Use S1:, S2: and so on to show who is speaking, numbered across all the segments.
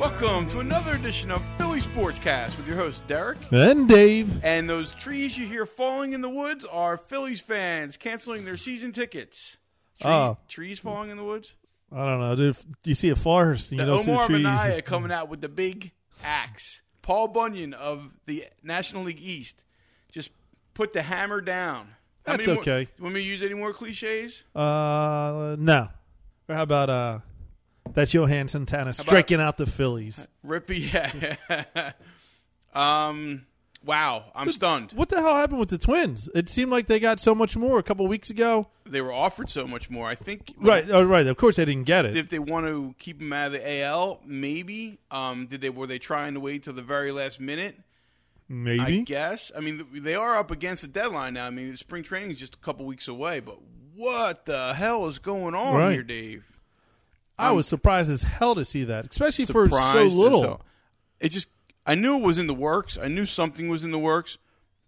S1: welcome to another edition of Philly Sportscast with your host Derek.
S2: And Dave.
S1: And those trees you hear falling in the woods are Phillies fans canceling their season tickets. Tree,
S2: Oh.
S1: trees falling in the woods.
S2: I don't know, dude. If You see a forest and
S1: The
S2: you don't
S1: Omar
S2: see the trees.
S1: Minaya coming out with the big axe. Paul Bunyan of the National League East just put the hammer down. How
S2: That's
S1: many more-
S2: okay.
S1: Want me to use any more cliches?
S2: Uh, no. Or how about uh, that's Johan Santana striking out the Phillies?
S1: Rippy. Yeah. um. Wow. I'm stunned.
S2: What the hell happened with the Twins? It seemed like they got so much more a couple weeks ago.
S1: They were offered so much more. I think.
S2: Right, oh, right. Of course they didn't get it.
S1: if they want to keep him out of the AL, maybe. Um, did they were they trying to wait till the very last minute? I
S2: Maybe.
S1: guess. I mean, th- they are up against the deadline now. I mean, spring training is just a couple weeks away. But what the hell is going on
S2: Right.
S1: here, Dave?
S2: I was surprised as hell to see that, especially
S1: Surprised
S2: for
S1: as
S2: so little.
S1: hell. It just. I knew it was in the works. I knew something was in the works,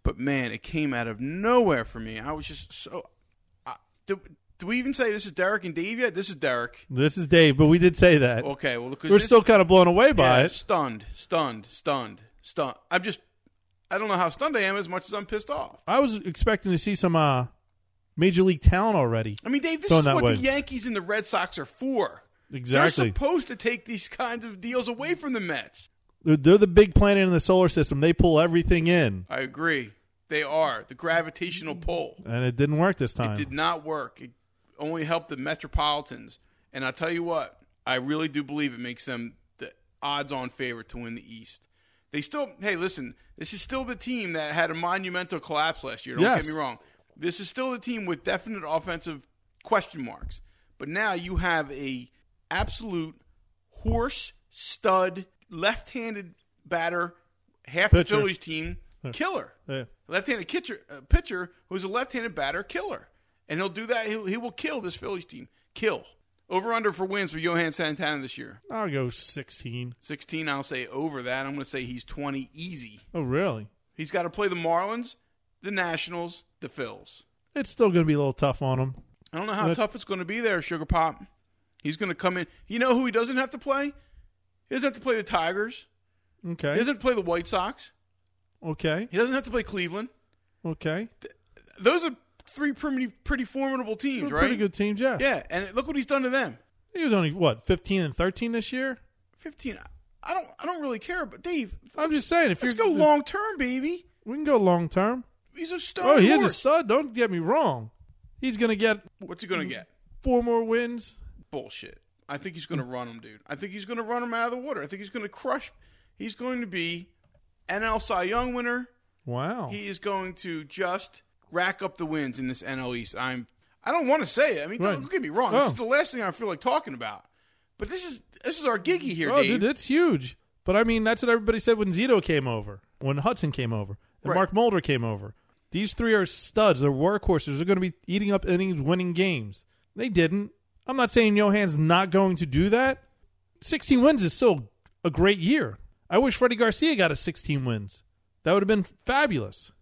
S1: but man, it came out of nowhere for me. I was just so. I, do, do we even say this is Derek and Dave yet? This is Derek.
S2: This is Dave, but we did say that.
S1: Okay, well, because
S2: We're
S1: Oh, this-
S2: still kind of blown away by
S1: Yeah,
S2: it.
S1: stunned, stunned, stunned, stunned. I'm just, I don't know how stunned I am as much as I'm pissed off.
S2: I was expecting to see some uh, major league talent already.
S1: I mean, Dave, this
S2: Thrown
S1: is
S2: that
S1: what
S2: way.
S1: the Yankees and the Red Sox are for. They're
S2: Exactly.
S1: supposed to take these kinds of deals away from the Mets.
S2: They're, they're the big planet in the solar system. They pull everything in,
S1: I agree. They are the gravitational pull.
S2: and it didn't work this time.
S1: It did not work. It only helped the Metropolitans. And I'll tell you what, I really do believe it makes them the odds on favorite to win the East. They still, hey, listen, this is still the team that had a monumental collapse last year. Don't
S2: Yes.
S1: get me wrong. This is still the team with definite offensive question marks. But now you have a absolute horse stud left-handed batter, half the
S2: Pitcher.
S1: Phillies team killer
S2: Yeah.
S1: left-handed pitcher, uh, pitcher who's a left-handed batter killer, and he'll do that. He'll, he will kill this Phillies team. Kill over under for wins for Johan Santana this year.
S2: I'll go 16.
S1: Sixteen, I'll say over that. I'm going to say he's twenty easy.
S2: Oh, really?
S1: He's got to play the Marlins, the Nationals, the Phils.
S2: It's still going to be a little tough on them.
S1: I don't know how
S2: That's-
S1: tough it's going to be there, Sugar Pop. He's going to come in. You know who he doesn't have to play? He doesn't have to play the Tigers. He
S2: Okay.
S1: doesn't have to play the White Sox.
S2: Okay.
S1: He doesn't have to play Cleveland.
S2: Okay.
S1: Those are three pretty pretty formidable teams,
S2: They're
S1: right?
S2: Pretty good teams, yes.
S1: Yeah, and look what he's done to them.
S2: He was only, what, 15 and 13 this year?
S1: 15 i don't i don't really care but dave
S2: I'm just saying, if
S1: let's
S2: you're
S1: go long term baby
S2: we can go long term.
S1: he's a stud
S2: Oh, he is a
S1: horse.
S2: stud. Don't get me wrong. He's going to get
S1: what's he gonna get
S2: four more wins.
S1: bullshit i think he's gonna run him dude i think he's gonna run him out of the water i think he's gonna crush he's going to be nl cy young winner
S2: Wow.
S1: he is going to just rack up the wins in this nl east i'm i don't want to say it i mean
S2: Right.
S1: don't get me wrong this
S2: Oh.
S1: is the last thing i feel like talking about but this is this is our giggy here
S2: oh,
S1: dave
S2: dude, that's huge. But I mean, that's what everybody said when Zito came over, when Hudson came over, and
S1: Right.
S2: Mark Mulder came over. These three are studs. They're workhorses. They're going to be eating up innings, winning games. They didn't. I'm not saying Johan's not going to do that. 16 wins is still a great year. I wish Freddie Garcia got a 16 wins. That would have been fabulous.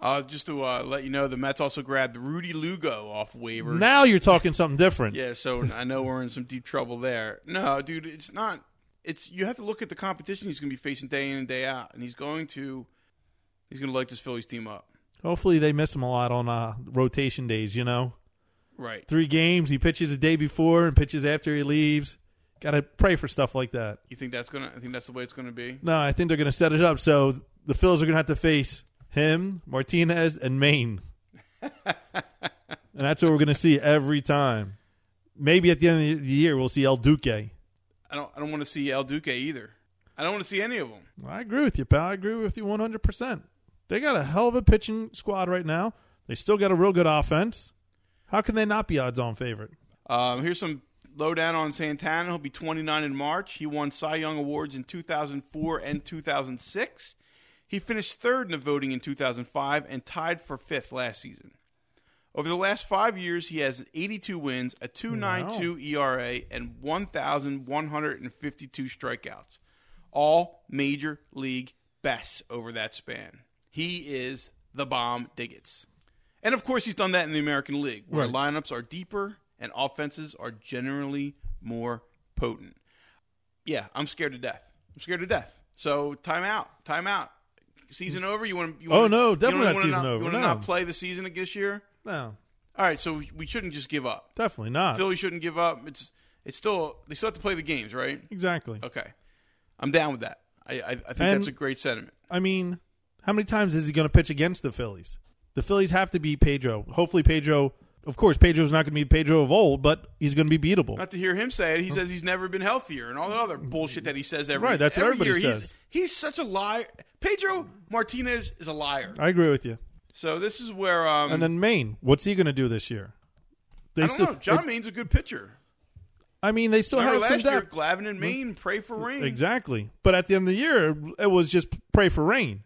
S1: uh, just to uh, let you know the mets also grabbed rudy lugo off waivers
S2: Now you're talking something different.
S1: Yeah, so I know we're in some deep trouble there. No, dude, it's not. It's you have to look at the competition he's going to be facing day in and day out, and he's going to he's going to light this Phillies team up.
S2: Hopefully they miss him a lot on uh, rotation days. You know.
S1: Right.
S2: three games. He pitches the day before and pitches after he leaves. Got to pray for stuff like that.
S1: You think that's gonna? I think that's the way it's going to be.
S2: No, I think they're going to set it up so the Phils are going to have to face him, Martinez, and Maine, and that's what we're going to see every time. Maybe at the end of the year we'll see El Duque. I
S1: I don't. I don't want to see El Duque either. I don't want to see any of them.
S2: agree with you, pal. I agree with you one hundred percent. They got a hell of a pitching squad right now. They still got a real good offense. How can they not be odds-on favorite?
S1: Um, here's some lowdown on Santana. He'll be 29 in March. He won Cy Young awards in 2004 and 2006. He finished third in the voting in 2005 and tied for fifth last season. Over the last five years, he has 82 wins, a 2.92 ERA, E and 1,152 strikeouts, all major league bests over that span. He is the bomb Diggets. And of course, he's done that in the American League, where
S2: Right.
S1: lineups are deeper and offenses are generally more potent. Yeah, I'm scared to death. I'm scared to death. So time out, time out. Season over. You want to?
S2: Oh, no, definitely not season
S1: not,
S2: over,
S1: You want to
S2: no.
S1: not play the season this year?
S2: No,
S1: All right, so we shouldn't just give up.
S2: definitely not.
S1: Philly shouldn't give up. It's it's still they still have to play the games, right?
S2: exactly.
S1: Okay, I'm down with that. I I, I think
S2: And-
S1: that's a great sentiment.
S2: I mean, how many times is he going to pitch against the Phillies? The Phillies have to be Pedro. Hopefully, Pedro. Of course, Pedro's not going to be Pedro of old, but he's going to be beatable.
S1: Not to hear him say it. He says he's never been healthier and all the other bullshit that he says every
S2: Right, that's what
S1: every
S2: everybody
S1: year.
S2: says.
S1: He's, he's such a liar. Pedro Martinez is a liar.
S2: I agree with you.
S1: So this is where um
S2: And then Maine, what's he going to do this year? They
S1: I don't know. John Maine's a good pitcher.
S2: I mean, they still
S1: Remember
S2: have some
S1: last year,
S2: depth.
S1: Glavin and Maine pray for rain.
S2: Exactly. But at the end of the year, it was just pray for rain.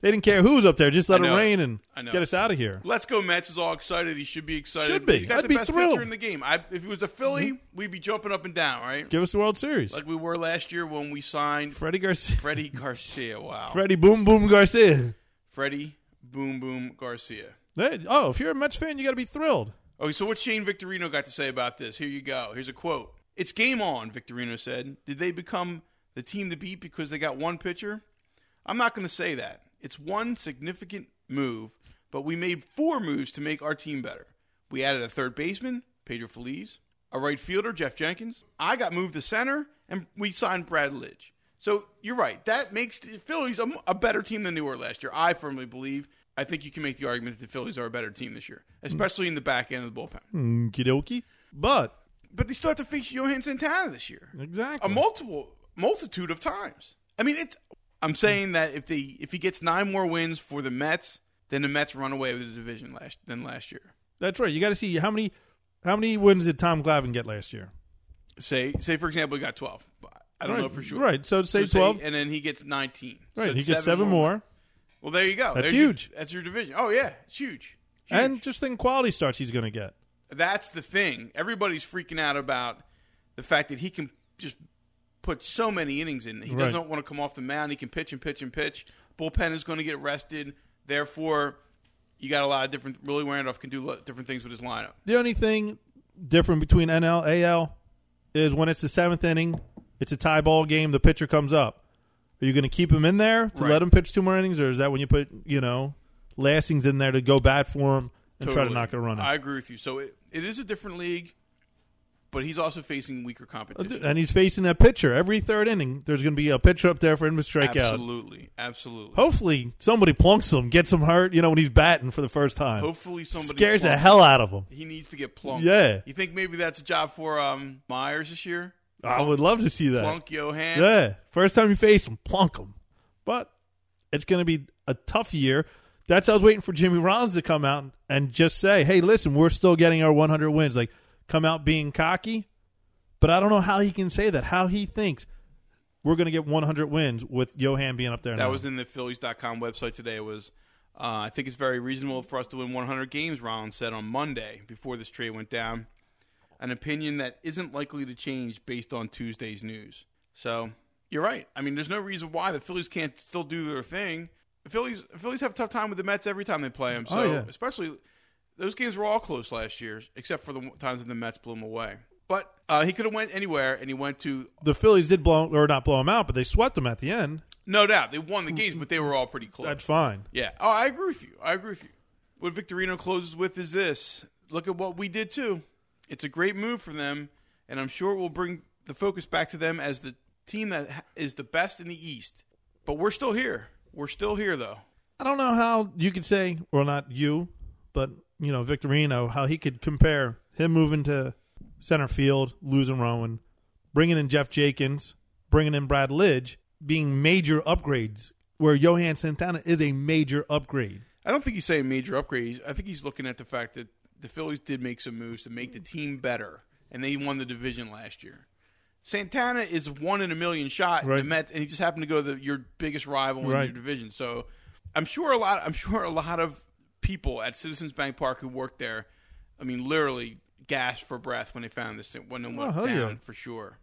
S2: They didn't care who was up there. Just let
S1: I
S2: it
S1: know.
S2: rain and
S1: I know.
S2: get us out of here.
S1: Let's go Mets is all excited. He should be excited.
S2: Should be.
S1: He's got
S2: I'd
S1: the
S2: be
S1: best
S2: thrilled. Mm-hmm.
S1: pitcher in the game. I, if he was a Philly, we'd be jumping up and down, right?
S2: Give us the World Series.
S1: Like we were last year when we signed
S2: Freddie Garcia.
S1: Freddie Garcia. Wow.
S2: Freddie Boom Boom Garcia.
S1: Freddie Boom Boom Garcia.
S2: Hey, oh, if you're a Mets fan, you got to be thrilled.
S1: Okay, so what's Shane Victorino got to say about this? Here you go. Here's a quote. It's game on, Victorino said. Did they become the team to beat because they got one pitcher? I'm not going to say that. It's one significant move, but we made four moves to make our team better. We added a third baseman, Pedro Feliz, a right fielder, Jeff Jenkins. I got moved to center, and we signed Brad Lidge. So you're right. That makes the Phillies a, a better team than they were last year. I firmly believe. I think you can make the argument that the Phillies are a better team this year, especially in the back end of the bullpen.
S2: Hmm. Okie dokie. But
S1: But they still have to face Johan Santana this year a
S2: exactly,
S1: multiple multitude of times. I mean, it's. I'm saying that if they if he gets nine more wins for the Mets, then the Mets run away with the division last than last year.
S2: that's right. You got to see how many how many wins did Tom Glavine get last year?
S1: Say say for example, he got 12. I don't know for sure.
S2: Right. So
S1: So
S2: say
S1: say-
S2: twelve.
S1: and then he gets 19. So
S2: right.
S1: it's
S2: He gets seven more.
S1: Well, there you go.
S2: That's
S1: There's your-
S2: huge.
S1: that's your division. Oh yeah, it's huge. huge.
S2: and just think quality starts he's going to get.
S1: that's the thing. Everybody's freaking out about the fact that he can just put so many innings in. He
S2: Right.
S1: doesn't want to come off the mound. He can pitch and pitch and pitch. Bullpen is going to get rested. Therefore, you got a lot of different. Really, Randolph can do lo- different things with his lineup.
S2: The only thing different between NL AL is when it's the seventh inning, it's a tie ball game. The pitcher comes up. Are you going to keep him in there to
S1: Right.
S2: let him pitch two more innings, or is that when you put you know Lastings in there to go bat for him and try to
S1: Totally.
S2: knock a runner?
S1: I agree with you. So it, it is a different league, but he's also facing weaker competition.
S2: and he's facing that pitcher every third inning. There's going to be a pitcher up there for him to strike out.
S1: Absolutely, absolutely.
S2: Hopefully, somebody plunks him, gets him hurt. You know when he's batting for the first time,
S1: Hopefully, somebody
S2: scares the
S1: plunked.
S2: hell out of him.
S1: He needs to get plunked.
S2: Yeah.
S1: You think maybe that's a job for um, Myers this year?
S2: I would love to see that.
S1: Plunk Johan.
S2: Yeah, first time you face him, plunk him. But it's going to be a tough year. That's I was waiting for Jimmy Rollins to come out and just say, "Hey, listen, we're still getting our 100 wins." Like, come out being cocky. But I don't know how he can say that. How he thinks we're going to get 100 wins with Johan being up there.
S1: That
S2: now.
S1: was in the Phillies.com website today. Was uh, I think it's very reasonable for us to win 100 games. Rollins said on Monday before this trade went down, an opinion that isn't likely to change based on Tuesday's news. So you're right. I mean, there's no reason why the Phillies can't still do their thing. The Phillies the Phillies have a tough time with the Mets every time they play them. So
S2: Oh, yeah.
S1: especially those games were all close last year, except for the times when the Mets blew them away. But uh, he could have went anywhere, and he went to
S2: the Phillies did blow or not blow him out, but they swept him at the end.
S1: no doubt they won the games, but they were all pretty close.
S2: That's fine.
S1: Yeah. Oh, I agree with you. I agree with you. What Victorino closes with is this look at what we did too. It's a great move for them, and I'm sure it will bring the focus back to them as the team that ha- is the best in the East. But we're still here. We're still here, though.
S2: I don't know how you could say, or not you, but you know Victorino, how he could compare him moving to center field, losing Rowan, bringing in Jeff Jenkins, bringing in Brad Lidge, being major upgrades. Where Johan Santana is a major upgrade.
S1: I don't think he's saying major upgrades. I think he's looking at the fact that the Phillies did make some moves to make the team better, and they won the division last year. Santana is one in a million shot, in the
S2: Right.
S1: Mets, and he just happened to go to the, your biggest rival in
S2: Right.
S1: your division. So, I'm sure a lot. I'm sure a lot of people at Citizens Bank Park who worked there, I mean, literally gasped for breath when they found this when they went
S2: hell
S1: down
S2: yeah.
S1: for sure.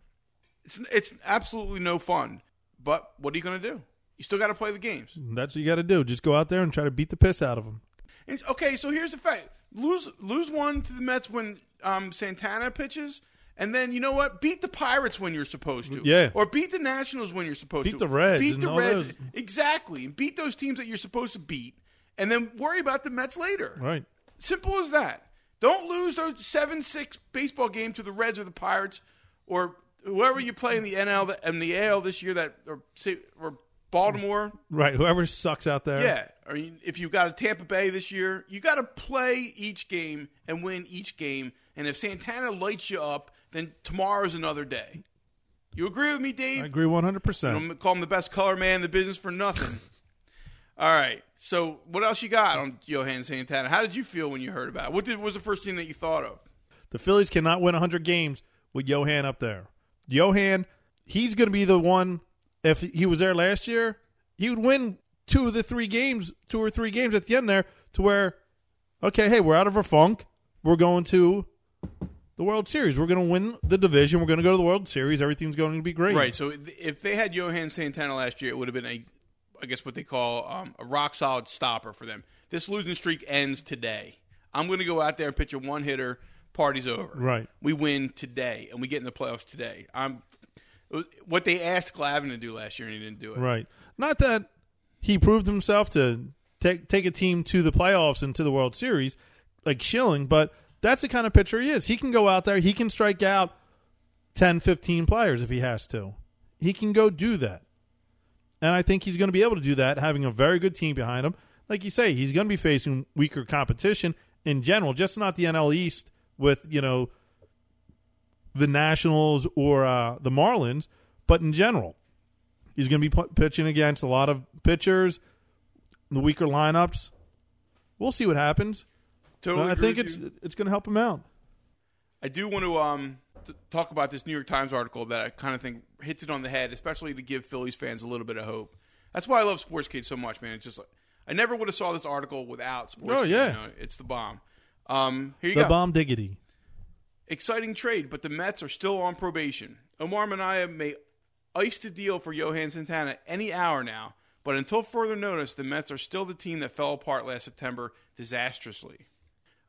S1: It's it's absolutely no fun. But what are you going to do? You still got to play the games.
S2: That's what you got to do. Just go out there and try to beat the piss out of him.
S1: And it's- okay, so here's the fact: lose lose one to the Mets when um, Santana pitches, And then you know what? Beat the Pirates when you're supposed to.
S2: Yeah.
S1: Or beat the Nationals when you're supposed
S2: Beat
S1: to.
S2: the Reds
S1: Beat
S2: and
S1: the
S2: all
S1: Reds.
S2: those.
S1: Exactly. And beat those teams that you're supposed to beat. And then worry about the Mets later.
S2: Right.
S1: Simple as that. Don't lose those seven six baseball game to the Reds or the Pirates or whoever you play in the NL th- and the AL this year that or say or Baltimore.
S2: Right. Whoever sucks out there.
S1: Yeah. Or you- if you've got a Tampa Bay this year, you got to play each game and win each game. And if Santana lights you up, then tomorrow's another day. You agree with me, Dave?
S2: I agree 100%.
S1: I'm gonna call him the best color man in the business for nothing. All right. So what else you got on Johan Santana? How did you feel when you heard about it? What did, what was the first thing that you thought of?
S2: The Phillies cannot win 100 games with Johan up there. Johan, he's going to be the one. If he was there last year, he would win two of the three games, two or three games at the end there, to where, okay, hey, we're out of our funk. We're going to the World Series. We're going to win the division. We're going to go to the World Series. Everything's going to be great.
S1: Right. So th- if they had Johan Santana last year, it would have been a, I guess what they call um, a rock solid stopper for them. This losing streak ends today. I'm going to go out there and pitch a one hitter. Party's over.
S2: Right.
S1: We win today, and we get in the playoffs today. I'm what they asked Glavin to do last year, and he didn't do it.
S2: Right. Not that he proved himself to take take a team to the playoffs and to the World Series, like Schilling, but that's the kind of pitcher he is. He can go out there, he can strike out 10, 15 players if he has to. He can go do that. And I think he's going to be able to do that, having a very good team behind him. Like you say, he's going to be facing weaker competition in general, just not the NL East with, you know, the Nationals or uh, the Marlins, but in general. He's going to be p- pitching against a lot of pitchers, the weaker lineups. We'll see what happens.
S1: Totally
S2: But I
S1: agree
S2: think
S1: with
S2: it's
S1: you.
S2: it's going to help him out.
S1: I do want to um, t- talk about this New York Times article that I kind of think hits it on the head, especially to give Phillies fans a little bit of hope. That's why I love Sports Kids so much, man. It's just like I never would have saw this article without Sports
S2: Oh,
S1: Kid,
S2: yeah.
S1: you know? it's the bomb. Um, here you
S2: The
S1: go.
S2: bomb diggity.
S1: Exciting trade, but the Mets are still on probation. Omar Minaya may ice the deal for Johan Santana any hour now, but until further notice, the Mets are still the team that fell apart last September disastrously.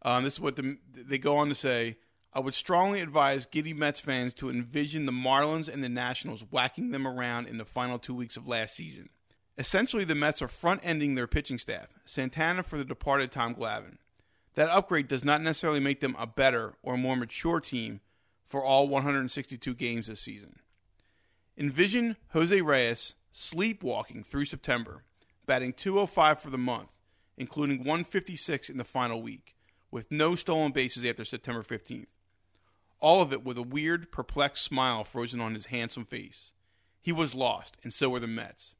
S1: Um, this is what the, they go on to say. I would strongly advise giddy Mets fans to envision the Marlins and the Nationals whacking them around in the final two weeks of last season. Essentially, the Mets are front ending their pitching staff, Santana for the departed Tom Glavine. That upgrade does not necessarily make them a better or more mature team for all 162 games this season. Envision Jose Reyes sleepwalking through September, batting 205 for the month, including 156 in the final week, with no stolen bases after September 15th. All of it with a weird, perplexed smile frozen on his handsome face. He was lost, and so were the Mets.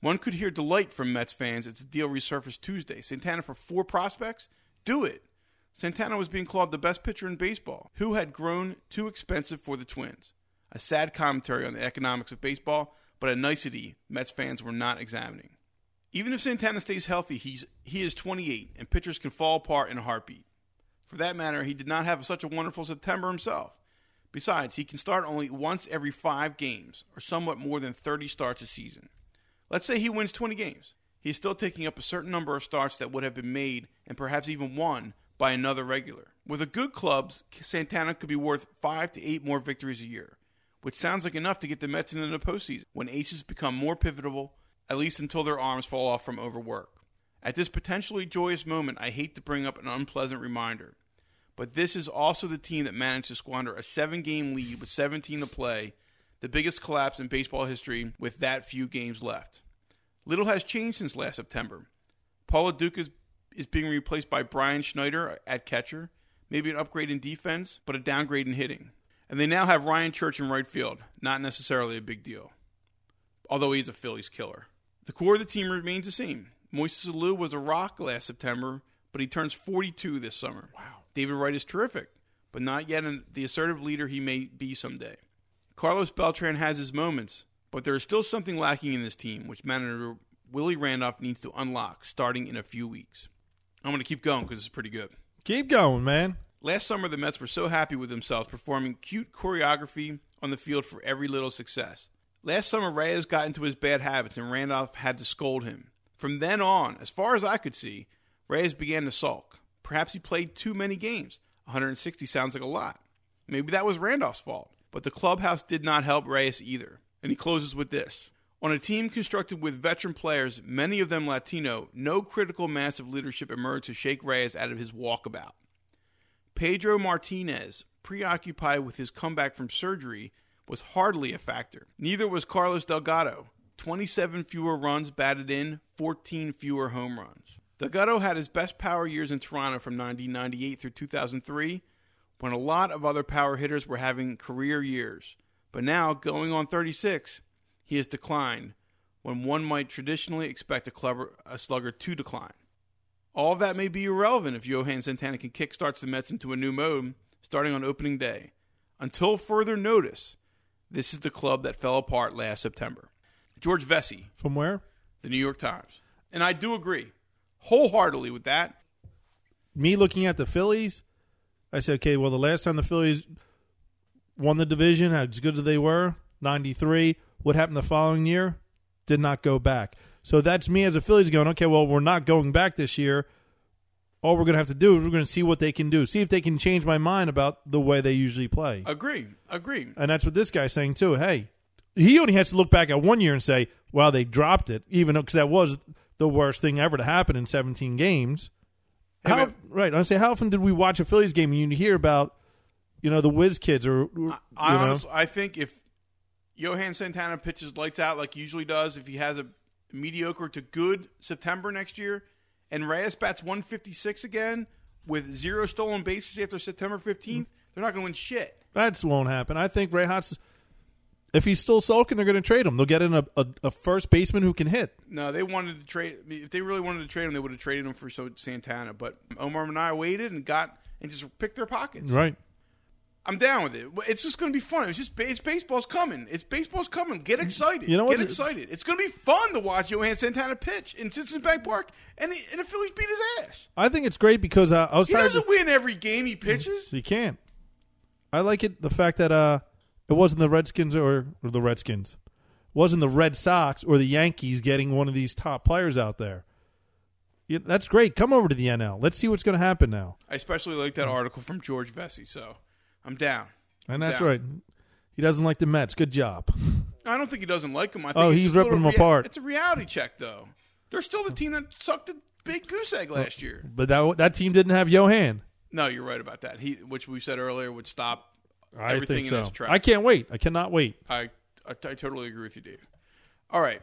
S1: One could hear delight from Mets fans as the deal resurfaced Tuesday. Santana for four prospects? Do it! Santana was being called the best pitcher in baseball, who had grown too expensive for the Twins. A sad commentary on the economics of baseball, but a nicety Mets fans were not examining. Even if Santana stays healthy, he's he is 28, and pitchers can fall apart in a heartbeat. For that matter, he did not have such a wonderful September himself. Besides, he can start only once every five games, or somewhat more than 30 starts a season. Let's say he wins 20 games. He is still taking up a certain number of starts that would have been made and perhaps even won by another regular. With a good club, Santana could be worth five to eight more victories a year, which sounds like enough to get the Mets into the postseason when aces become more pivotal, at least until their arms fall off from overwork. At this potentially joyous moment, I hate to bring up an unpleasant reminder, but this is also the team that managed to squander a seven game lead with 17 to play, the biggest collapse in baseball history with that few games left. Little has changed since last September. Paula Duke is, is being replaced by Brian Schneider at catcher, maybe an upgrade in defense, but a downgrade in hitting. And they now have Ryan Church in right field, not necessarily a big deal although he's a Phillies killer. The core of the team remains the same. Moises Alou was a rock last September, but he turns 42 this summer. Wow. David Wright is terrific, but not yet an, the assertive leader he may be someday. Carlos Beltran has his moments, but there is still something lacking in this team, which manager Willie Randolph needs to unlock starting in a few weeks. I'm going to keep going because it's pretty good.
S2: Keep going, man.
S1: Last summer, the Mets were so happy with themselves performing cute choreography on the field for every little success. Last summer, Reyes got into his bad habits and Randolph had to scold him. From then on, as far as I could see, Reyes began to sulk. Perhaps he played too many games. 160 sounds like a lot. Maybe that was Randolph's fault, but the clubhouse did not help Reyes either. And he closes with this On a team constructed with veteran players, many of them Latino, no critical mass of leadership emerged to shake Reyes out of his walkabout. Pedro Martinez, preoccupied with his comeback from surgery, was hardly a factor. Neither was Carlos Delgado. 27 fewer runs batted in, 14 fewer home runs. Delgado had his best power years in Toronto from 1998 through 2003, when a lot of other power hitters were having career years. But now, going on 36, he has declined, when one might traditionally expect a, clubber, a slugger to decline. All of that may be irrelevant if Johan Santana can kickstart the Mets into a new mode starting on opening day. Until further notice, this is the club that fell apart last September. George Vesey,
S2: From where?
S1: the New York Times. And I do agree wholeheartedly with that.
S2: me looking at the Phillies, I said, okay, well, the last time the Phillies won the division, as good as they were, 93, what happened the following year? Did not go back. So that's me as a Phillies going, okay, well, we're not going back this year. All we're going to have to do is we're going to see what they can do, see if they can change my mind about the way they usually play.
S1: Agree. Agree.
S2: And that's what this guy's saying, too. Hey, he only has to look back at one year and say, wow, they dropped it, even though, because that was the worst thing ever to happen in 17 games.
S1: Hey,
S2: How,
S1: man.
S2: right. I say, how often did we watch a Phillies game and you hear about, you know, the whiz kids or, or, you
S1: I
S2: know,
S1: honestly, I think if Johan Santana pitches lights out like he usually does, if he has a mediocre to good September next year, and Reyes bats 156 again with zero stolen bases after September 15th,
S2: Mm-hmm.
S1: they're not going to win shit.
S2: that won't happen. I think Ray Hotz, if he's still sulking, they're going to trade him. They'll get in a, a, a first baseman who can hit.
S1: No, they wanted to trade. I mean, If they really wanted to trade him, they would have traded him for so Santana. But Omar and I waited and got and just picked their pockets.
S2: Right.
S1: I'm down with it. It's just going to be fun. It's just ba- it's baseball's coming. It's baseball's coming. Get excited.
S2: You know
S1: Get
S2: what?
S1: excited. It's going to be fun to watch Johan Santana pitch in Citizens Bank Park, and the, and the Phillies beat his ass.
S2: I think it's great because uh, I was
S1: He
S2: tired.
S1: doesn't win every game he pitches.
S2: So you can't. I like it the fact that uh it wasn't the Redskins or, or the Redskins. wasn't the Red Sox or the Yankees getting one of these top players out there. Yeah, that's great. Come over to the NL. Let's see what's going to happen now.
S1: I especially like that article from George Vesey. So I'm down.
S2: And that's
S1: Yeah.
S2: right. He doesn't like the Mets. Good job.
S1: I don't think he doesn't like him. I think
S2: Oh,
S1: it's
S2: he's
S1: just a little
S2: ripping 'em apart.
S1: It's a reality check, though. They're still the team that sucked a big goose egg last year.
S2: But that that team didn't have Johan.
S1: No, you're right about that. He, which we said earlier, would stop
S2: I
S1: everything
S2: think
S1: in
S2: so.
S1: its tracks.
S2: I can't wait. I cannot wait.
S1: I, I, I totally agree with you, Dave. All right.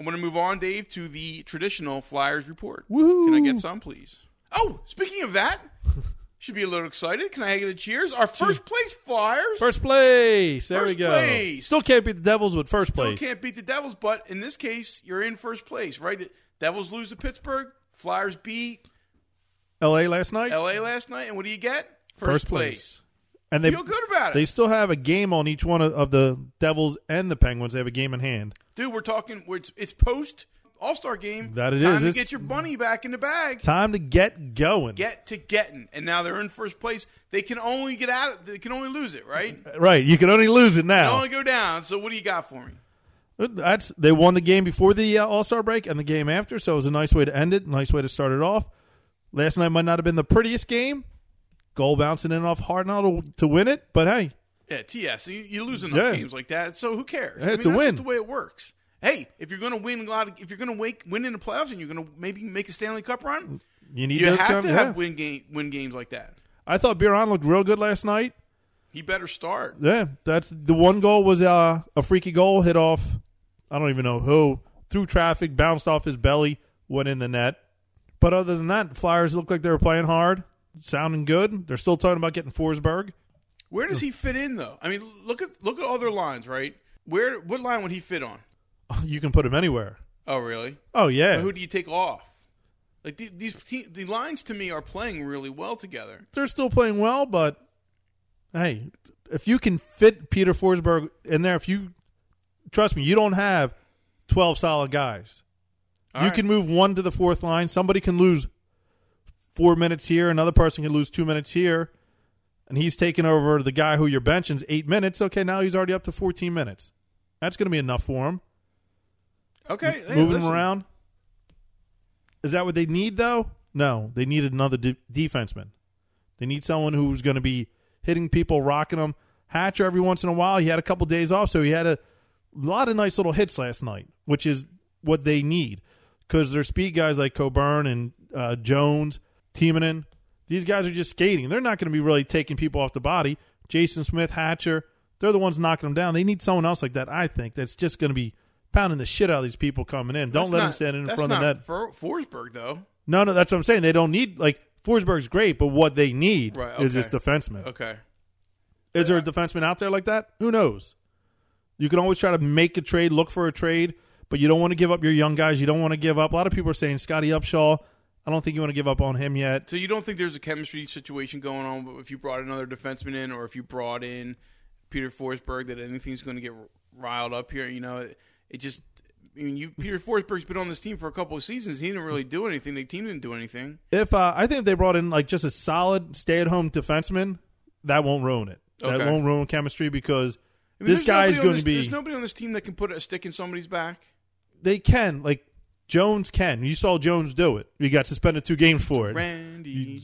S1: I'm going to move on, Dave, to the traditional Flyers report. Can I get some, please? Oh, speaking of that, should be a little excited. Can I get a cheers? Our first place Flyers.
S2: First place. There
S1: First
S2: we go.
S1: place.
S2: Still can't beat the Devils with first
S1: Still
S2: place.
S1: can't beat the Devils, but in this case, you're in first place, right? The Devils lose to Pittsburgh. Flyers beat
S2: L.A. last night.
S1: L.A. last night, and what do you get?
S2: And they
S1: Feel good about it.
S2: They still have a game on each one of, of the Devils and the Penguins. They have a game in hand.
S1: Dude, we're talking. we're- It's, it's post All Star game.
S2: That it
S1: Time
S2: is.
S1: to
S2: It's-
S1: get your bunny back in the bag.
S2: Time to get going.
S1: Get to getting, and now they're in first place. They can only get out. They can only lose it, right? They
S2: right. You can only lose it
S1: can
S2: now.
S1: only go down. So what do you got for me?
S2: That's they won the game before the uh, All Star break and the game after, so it was a nice way to end it. Nice way to start it off. Last night might not have been the prettiest game. Goal bouncing in off Hartnell to, to win it, but hey,
S1: Yeah, TS. You, you lose enough
S2: Yeah.
S1: games like that, so who cares?
S2: Hey, it's
S1: I mean, that's
S2: a win.
S1: Just the way it works. Hey, if you're going to win a lot, of, if you're going to wake, win in the playoffs, and you're going to maybe make a Stanley Cup run,
S2: you need
S1: you
S2: those
S1: have
S2: come-
S1: to
S2: yeah.
S1: have win game, win games like that.
S2: I thought Biron looked real good last night.
S1: He better start.
S2: Yeah, that's the one goal was uh, a freaky goal hit off. I don't even know who through traffic, bounced off his belly, went in the net. But other than that, Flyers look like they were playing hard, sounding good. They're still talking about getting Forsberg.
S1: Where does he fit in though? I mean, look at look at all their lines, right? Where what line would he fit on?
S2: You can put him anywhere.
S1: Oh, really?
S2: Oh yeah,
S1: But who do you take off? Like the, these te- the lines to me are playing really well together.
S2: they're still playing well. But hey, if you can fit Peter Forsberg in there, if you trust me, you don't have twelve solid guys.
S1: All
S2: you
S1: right.
S2: can move one to the fourth line. Somebody can lose four minutes here. Another person can lose two minutes here. And he's taking over the guy who you're benching's eight minutes. Okay, now he's already up to 14 minutes. That's going to be enough for him.
S1: okay hey,
S2: Moving
S1: listen.
S2: him around. Is that what they need, though? No, they need another de- defenseman. They need someone who's going to be hitting people, rocking them. Hatcher every once in a while. He had a couple days off, so he had a lot of nice little hits last night, which is what they need because their speed guys like Coburn and uh, Jones, Tiemannin, these guys are just skating. They're not going to be really taking people off the body. Jason Smith, Hatcher, they're the ones knocking them down. They need someone else like that, I think, that's just going to be pounding the shit out of these people coming in.
S1: That's
S2: Don't let them
S1: not-
S2: stand in
S1: that's
S2: front of the
S1: not
S2: net.
S1: For- Forsberg though.
S2: No, no, that's what I'm saying. They don't need like Forsberg's great, but what they need
S1: Right,
S2: is this
S1: okay.
S2: defenseman.
S1: Okay.
S2: Is there a defenseman out there like that? Who knows? You can always try to make a trade, look for a trade, but you don't want to give up your young guys. You don't want to give up. A lot of people are saying Scotty Upshaw. I don't think you want to give up on him yet.
S1: So you don't think there's a chemistry situation going on but if you brought another defenseman in or if you brought in Peter Forsberg that anything's going to get riled up here, you know, it, it just I mean, you Peter Forsberg's been on this team for a couple of seasons. He didn't really do anything. The team didn't do anything.
S2: If uh, I think if they brought in like just a solid stay-at-home defenseman, that won't ruin it. That
S1: Okay.
S2: won't ruin chemistry because
S1: I mean, there's
S2: this guy
S1: nobody
S2: is
S1: on
S2: going
S1: this-
S2: to be.
S1: There's nobody on this team that can put a stick in somebody's back.
S2: they can like Jones can. You saw Jones do it. He got suspended two games for it.
S1: Randy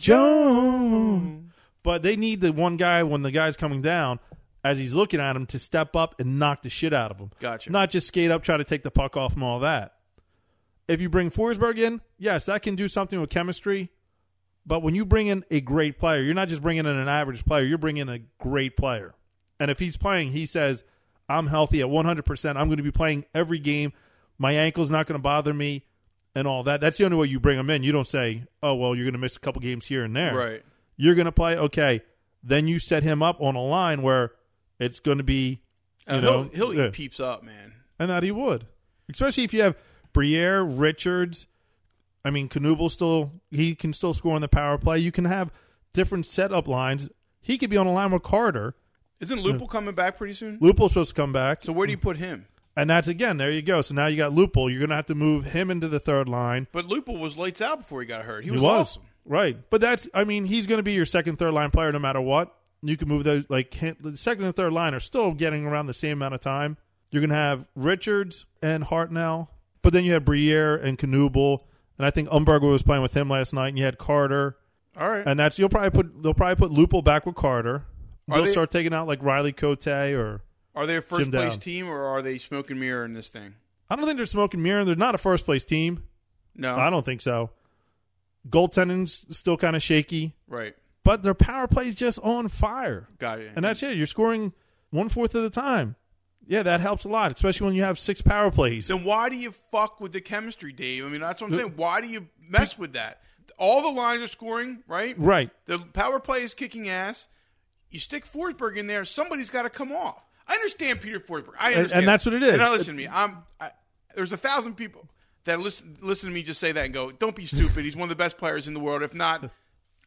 S2: Jones. But they need the one guy when the guy's coming down, as he's looking at him, to step up and knock the shit out of him.
S1: Gotcha.
S2: Not just skate up, try to take the puck off him, all that. If you bring Forsberg in, yes, that can do something with chemistry. But when you bring in a great player, you're not just bringing in an average player, you're bringing in a great player. And if he's playing, he says, I'm healthy at 100%. I'm going to be playing every game. My ankle's not going to bother me and all that. That's the only way you bring him in. You don't say, oh, well, you're going to miss a couple games here and there
S1: Right.
S2: you're going to play okay then you set him up on a line where it's going to be
S1: Uh,
S2: You
S1: he'll
S2: know,
S1: he'll
S2: yeah.
S1: eat peeps up, man.
S2: and that he would especially if you have Briere Richards I mean Knubel still he can still score on the power play you can have different setup lines he could be on a line with Carter
S1: Isn't Lupo coming back pretty soon?
S2: Lupo's supposed to come back
S1: So where do you put him?
S2: and that's again there you go so now you got Lupo you're going to have to move him into the third line
S1: But Lupo was lights out before he got hurt. He
S2: He
S1: was,
S2: was.
S1: awesome.
S2: Right. But that's, I mean, he's going to be your second, third line player no matter what. You can move those, like, him- the second and third line are still getting around the same amount of time. You're going to have Richards and Hartnell, but then you have Briere and Knubel. And I think Umberger was playing with him last night, and you had Carter.
S1: All right.
S2: And that's, you'll probably put, they'll probably put Lupul back with Carter.
S1: Are
S2: they'll
S1: they-
S2: start taking out, like, Riley Cote or,
S1: Are they a first
S2: Jim
S1: place
S2: Down.
S1: team or are they smoke and mirror in this thing?
S2: I don't think they're smoking mirror. They're not a first place team.
S1: No.
S2: I don't think so. Goaltending's still kind of shaky.
S1: Right.
S2: but their power play is just on fire.
S1: Got it.
S2: And that's it. You're scoring one fourth of the time. Yeah, that helps a lot, especially when you have six power plays.
S1: then why do you fuck with the chemistry, Dave? I mean, that's what I'm saying. Why do you mess with that? All the lines are scoring, right?
S2: Right.
S1: The power play is kicking ass. You stick Forsberg in there, somebody's got to come off. I understand Peter Forsberg. I understand,
S2: and that's what it is.
S1: And now listen to me. I'm. I, there's a thousand people that listen listen to me just say that and go, "Don't be stupid. He's one of the best players in the world. If not,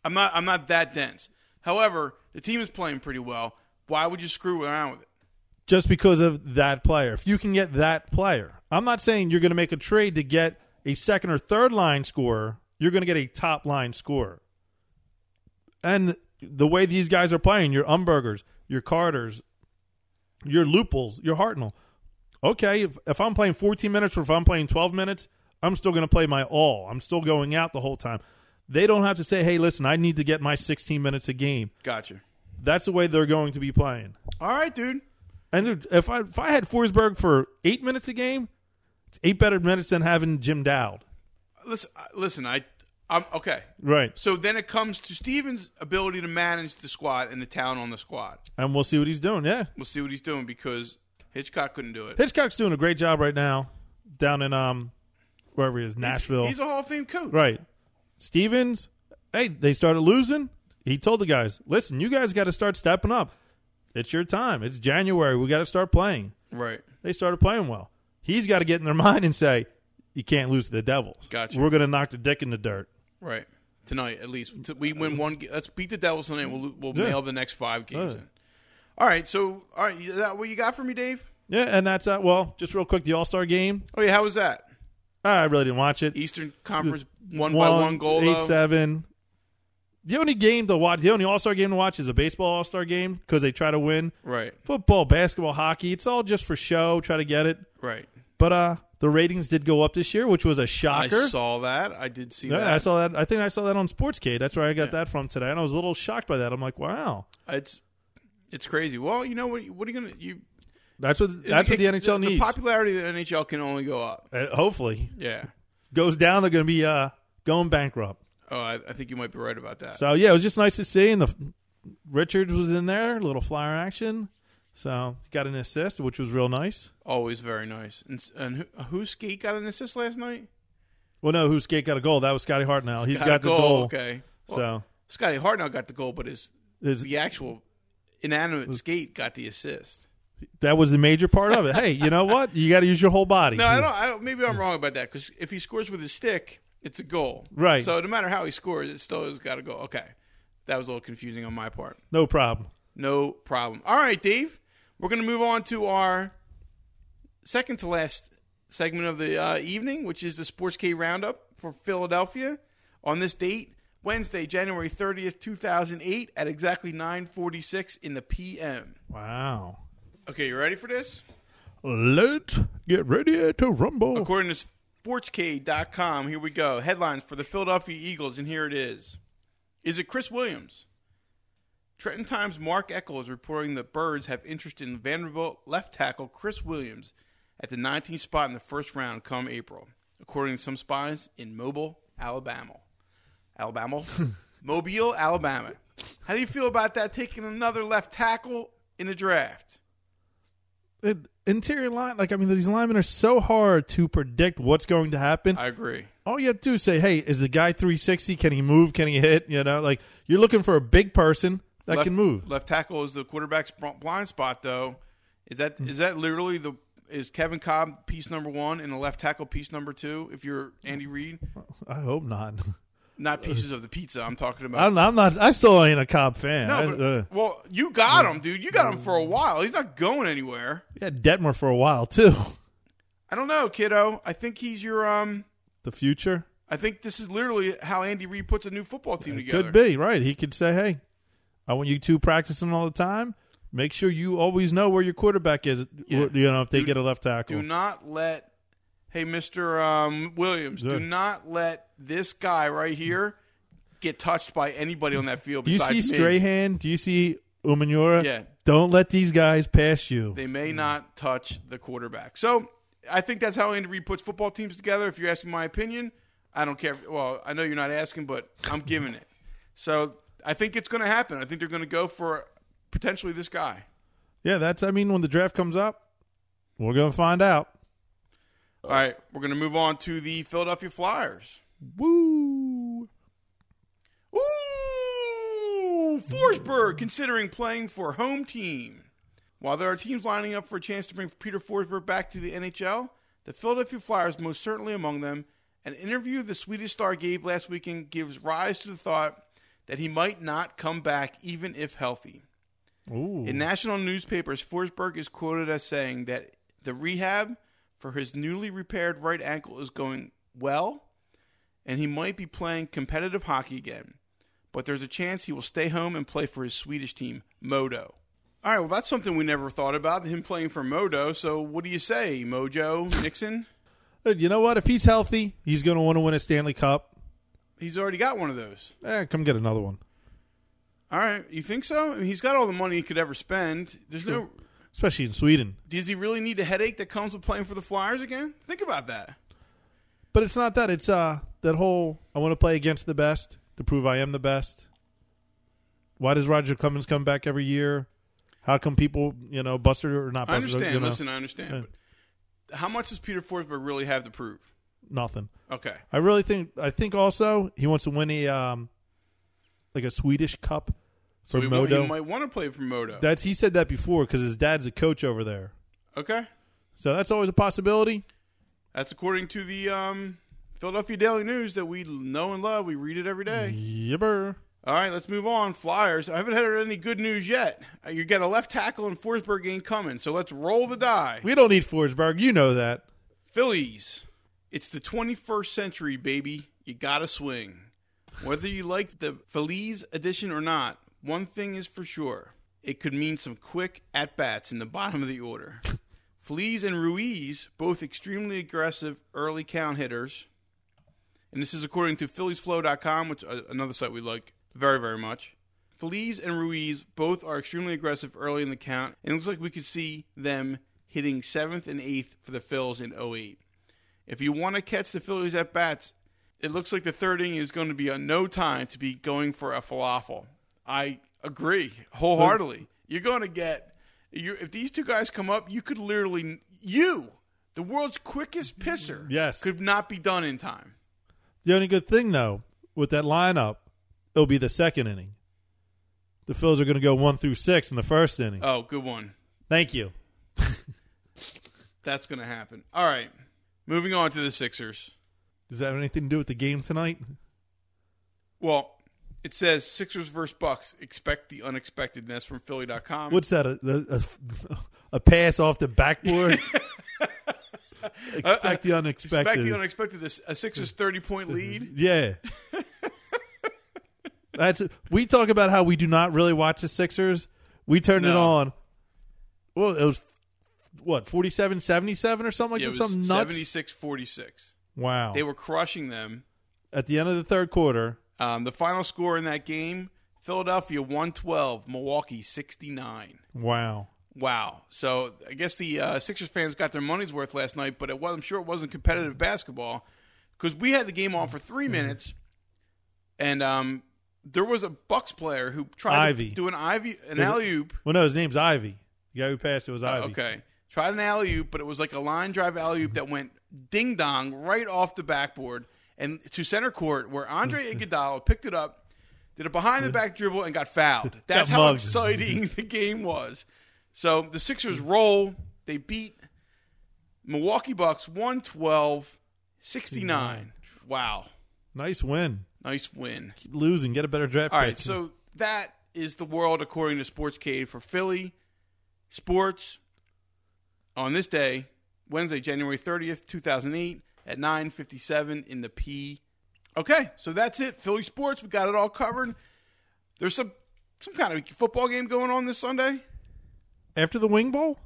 S1: I'm not. I'm not that dense. However, the team is playing pretty well. Why would you screw around with it?
S2: Just because of that player. If you can get that player, I'm not saying you're going to make a trade to get a second or third line scorer. You're going to get a top line scorer. And the way these guys are playing, your Umbergers, your Carters, your Lupels, your Hartnell. Okay, if, if I'm playing 14 minutes or if I'm playing 12 minutes, I'm still going to play my all. I'm still going out the whole time. They don't have to say, hey, listen, I need to get my 16 minutes a game.
S1: Gotcha.
S2: That's the way they're going to be playing.
S1: All right, dude.
S2: And dude, if I if I had Forsberg for eight minutes a game, it's eight better minutes than having Jim Dowd.
S1: Listen, I- listen. I. I'm okay.
S2: Right.
S1: So then it comes to Steven's ability to manage the squad and the talent on the squad.
S2: And we'll see what he's doing. Yeah.
S1: We'll see what he's doing because Hitchcock couldn't do it.
S2: Hitchcock's doing a great job right now down in um wherever he is, Nashville.
S1: He's a Hall of Fame coach.
S2: right. Stevens, hey, they started losing. He told the guys, listen, you guys got to start stepping up. It's your time. It's January. We got to start playing.
S1: Right.
S2: They started playing well. He's got to get in their mind and say, you can't lose to the Devils.
S1: Gotcha.
S2: We're going to knock the dick in the dirt.
S1: Right. Tonight, at least. T- We win one. ga- Let's beat the Devils tonight. We'll, we'll nail the next five games
S2: Yeah.
S1: in. All right. So, all right. Is that what you got for me, Dave?
S2: Yeah, and that's uh, well, just real quick, the All Star game.
S1: Oh, yeah. How was that?
S2: I really didn't watch it.
S1: Eastern Conference one, by one goal.
S2: eight
S1: though?
S2: seven. The only game to watch, the only All Star game to watch, is a baseball All Star game because they try to win
S1: Right.
S2: football, basketball, hockey. It's all just for show. Try to get it.
S1: Right.
S2: But uh, the ratings did go up this year, which was a shocker.
S1: I saw that. I did see
S2: yeah,
S1: that.
S2: I saw that. I think I saw that on Sportscade. That's where I got
S1: Yeah.
S2: that from today, and I was a little shocked by that. I'm like, wow,
S1: It's it's crazy. Well, you know what? What are you gonna you?
S2: that's what that's
S1: it-
S2: what the
S1: it-
S2: NHL needs.
S1: The popularity of the NHL can only go up.
S2: Uh, hopefully,
S1: Yeah.
S2: goes down, they're going to be uh, going bankrupt.
S1: Oh, I, I think you might be right about that.
S2: So yeah, it was just nice to see. And the Richards was in there, little flyer action. So got an assist, which was real nice.
S1: Always very nice. And s- and who, who skate got an assist last night?
S2: Well, no, who's Skate got a goal? That was Scotty Hartnell. He's
S1: a
S2: got, the goal.
S1: Okay. Well,
S2: So
S1: Scotty Hartnell got the goal, but his
S2: is-
S1: the actual inanimate skate got the assist.
S2: that was the major part of it. hey, you know what? You got to use your whole body.
S1: No, I don't. I don't. Maybe I'm wrong about that because if he scores with his stick, it's a goal.
S2: Right.
S1: So no matter how he scores, it still has got to go. Okay. That was a little confusing on my part.
S2: No problem.
S1: No problem. All right, Dave. We're going to move on to our second to last segment of the uh, evening, which is the Sports K Roundup for Philadelphia on this date, Wednesday, January 30th, 2008, at exactly 9:46 in the p.m.
S2: Wow.
S1: Okay, you ready for this?
S2: Let's get ready to rumble.
S1: According to sportsk.com, here we go. Headlines for the Philadelphia Eagles, and here it is. Is it Chris Williams? Trenton Times' Mark Eckel is reporting that Birds have interest in Vanderbilt left tackle Chris Williams at the 19th spot in the first round come April, according to some spies in Mobile, Alabama. Alabama? Mobile, Alabama. How do you feel about that taking another left tackle in a draft?
S2: It- interior line, like I mean, these linemen are so hard to predict what's going to happen.
S1: I agree.
S2: all you have to do is say, "Hey, is the guy 360? Can he move? Can he hit?" You know, like you're looking for a big person that
S1: left,
S2: can move.
S1: Left tackle is the quarterback's bl- blind spot, though. Is that
S2: Hmm.
S1: is that literally the is Kevin Cobb piece number one and the left tackle piece number two? If you're Andy Reid,
S2: I hope not. Uh,
S1: not pieces of the pizza. I'm talking about.
S2: I'm, I'm not. I still ain't a Cobb fan. I,
S1: no, but,
S2: uh,
S1: well, you got him, dude. You got him for a while. He's not going anywhere.
S2: we had Detmer for a while too.
S1: I don't know, kiddo. I think he's your um.
S2: The future
S1: I think this is literally how Andy Reid puts a new football team together.
S2: could be right. He could say, "Hey, I want you two practicing all the time. Make sure you always know where your quarterback is.
S1: Yeah.
S2: You know, if they
S1: Do-
S2: get a left tackle,
S1: Do not let, hey, Mister um, Williams,
S2: Yeah.
S1: do not let this guy right here get touched by anybody on that field.
S2: do you see
S1: besides me.
S2: Strahan? Do you see Umanura?
S1: Yeah.
S2: Don't let these guys pass you.
S1: They may not touch the quarterback. So I think that's how Andy Reid puts football teams together. If you're asking my opinion, I don't care. Well, I know you're not asking, but I'm giving it. So I think it's going to happen. I think they're going to go for potentially this guy.
S2: yeah, that's. I mean, when the draft comes up, we're gonna find out.
S1: All right, we're going to move on to the Philadelphia Flyers.
S2: Woo!
S1: Ooh, Forsberg considering playing for home team. While there are teams lining up for a chance to bring Peter Forsberg back to the NHL, the Philadelphia Flyers most certainly among them. An interview the Swedish star gave last weekend gives rise to the thought that he might not come back even if healthy.
S2: Ooh.
S1: In national newspapers, Forsberg is quoted as saying that the rehab for his newly repaired right ankle is going well, and he might be playing competitive hockey again. But there's a chance he will stay home and play for his Swedish team, Modo. All right, well, that's something we never thought about him playing for Modo. So, what do you say, Mojo Nixon?
S2: But you know what? If he's healthy, he's going to want to win a Stanley Cup.
S1: He's already got one of those.
S2: Eh, come get another one.
S1: All right, you think so? I mean, he's got all the money he could ever spend. There's no.
S2: Especially in Sweden.
S1: Does he really need the headache that comes with playing for the Flyers again? Think about that.
S2: But it's not that. It's uh that whole I want to play against the best to prove I am the best. Why does Roger Clemens come back every year? How come people, you know, Buster or not
S1: I
S2: Buster?
S1: understand.
S2: you know,
S1: Listen, I understand. But how much does Peter Forsberg really have to prove?
S2: nothing.
S1: Okay.
S2: I really think I think also he wants to win a um like a Swedish Cup
S1: So
S2: for
S1: he, wa-
S2: Modo.
S1: he might want to play for Modo.
S2: That's he said that before because his dad's a coach over there.
S1: okay.
S2: So that's always a possibility.
S1: That's according to the um, Philadelphia Daily News that we know and love. We read it every
S2: Mm.
S1: day.
S2: Yibber.
S1: All right, let's move on. Flyers. I haven't heard any good news yet. Uh, You got a left tackle and Forsberg ain't coming, so let's roll the die.
S2: We don't need Forsberg. You know that.
S1: Phillies. It's the 21st century, baby. You gotta swing. Whether you like the Phillies edition or not, one thing is for sure. It could mean some quick at bats in the bottom of the order. Fleas and Ruiz, both extremely aggressive early count hitters. And this is according to PhilliesFlow.com, which uh, another site we like very, very much. Feliz and Ruiz both are extremely aggressive early in the count, and it looks like we could see them hitting seventh and eighth for the Phils in 08. If you want to catch the Phillies at bats, it looks like the third inning is going to be a no time to be going for a falafel. I agree wholeheartedly. You're going to get you if these two guys come up, you could literally you, the world's quickest pisser,
S2: Yes.
S1: could not be done in time.
S2: The only good thing though with that lineup, it'll be the second inning. The Phils are going to go one through six in the first inning.
S1: Oh, good one.
S2: Thank you.
S1: That's going to happen. All right. Moving on to the Sixers.
S2: Does that have anything to do with the game tonight?
S1: Well, it says Sixers versus Bucks. Expect the unexpected. And that's from Philly.com.
S2: What's that? A, a, a, a pass off the backboard? expect the unexpected.
S1: Uh, Expect the unexpected. A a Sixers 30 point lead.
S2: Yeah. That's we talk about how we do not really watch the Sixers. We turned it
S1: No.
S2: on. Well, it was what 47 77 or something like
S1: Yeah, it
S2: that.
S1: was
S2: Something nuts.
S1: 76 46.
S2: wow.
S1: They were crushing them.
S2: At the end of the third quarter,
S1: Um, the final score in that game Philadelphia 112, Milwaukee 69.
S2: wow.
S1: Wow. So I guess the uh, Sixers fans got their money's worth last night, but it was, I'm sure it wasn't competitive basketball because we had the game on for three minutes, and um, there was a Bucks player who tried
S2: Ivy.
S1: to do an Ivy, an
S2: There's a-
S1: alley oop.
S2: Well, no, his name's Ivy. The guy who passed it was Ivy.
S1: Oh, Okay, tried an alley oop, but it was like a line drive alley oop that went ding dong right off the backboard and to center court where Andre Iguodala picked it up, did a behind the back dribble, and got fouled. That's how
S2: mugged.
S1: exciting the game was. So the Sixers roll. They beat Milwaukee Bucks 112 69. Wow.
S2: Nice win.
S1: Nice win.
S2: Keep losing. Get a better draft
S1: All
S2: pick.
S1: right, so that is the world according to Sportscade for Philly sports on this day, Wednesday, January 30th, 2008 at 9:57 in the P. Okay, so that's it. Philly sports, we got it all covered. There's some some kind of football game going on this Sunday.
S2: after the Wing Bowl?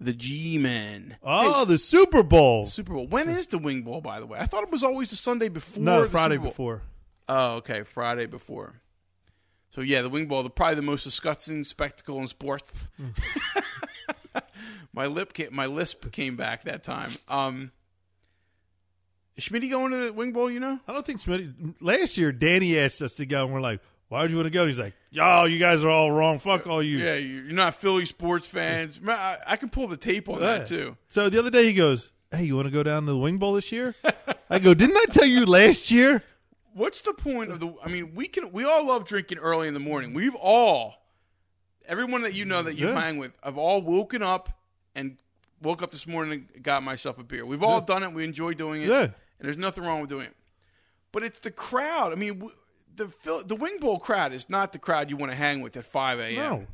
S1: The G-Men.
S2: Oh, the Super Bowl.
S1: Super Bowl. When is the Wing Bowl, by the way? I thought it was always the Sunday before.
S2: No,
S1: the
S2: Friday
S1: Super Bowl.
S2: before.
S1: Oh, okay, Friday before. So yeah, the wing bowl, the probably the most disgusting spectacle in sports. my lip, came, my lisp came back that time. Um, is Schmitty going to the wing bowl? You know,
S2: I don't think Smitty. Last year, Danny asked us to go, and we're like, "Why would you want to go?" And he's like, "Yo, you guys are all wrong. Fuck all you."
S1: yeah, you- you're not Philly sports fans. Ma- I, I can pull the tape on
S2: Yeah.
S1: that too.
S2: So the other day, he goes, "Hey, you want to go down to the Wing Bowl this year?" I go, "Didn't I tell you last year?"
S1: What's the point of the? I mean, we can we all love drinking early in the morning. We've all, everyone that you know that you
S2: Yeah.
S1: hang with, I've all woken up and woke up this morning and got myself a beer. We've all
S2: Yeah.
S1: done it. We enjoy doing it,
S2: Yeah.
S1: and there's nothing wrong with doing it. But it's the crowd. I mean, w- the Phil- the Wing Bowl crowd is not the crowd you want to hang with at five a.m.
S2: No,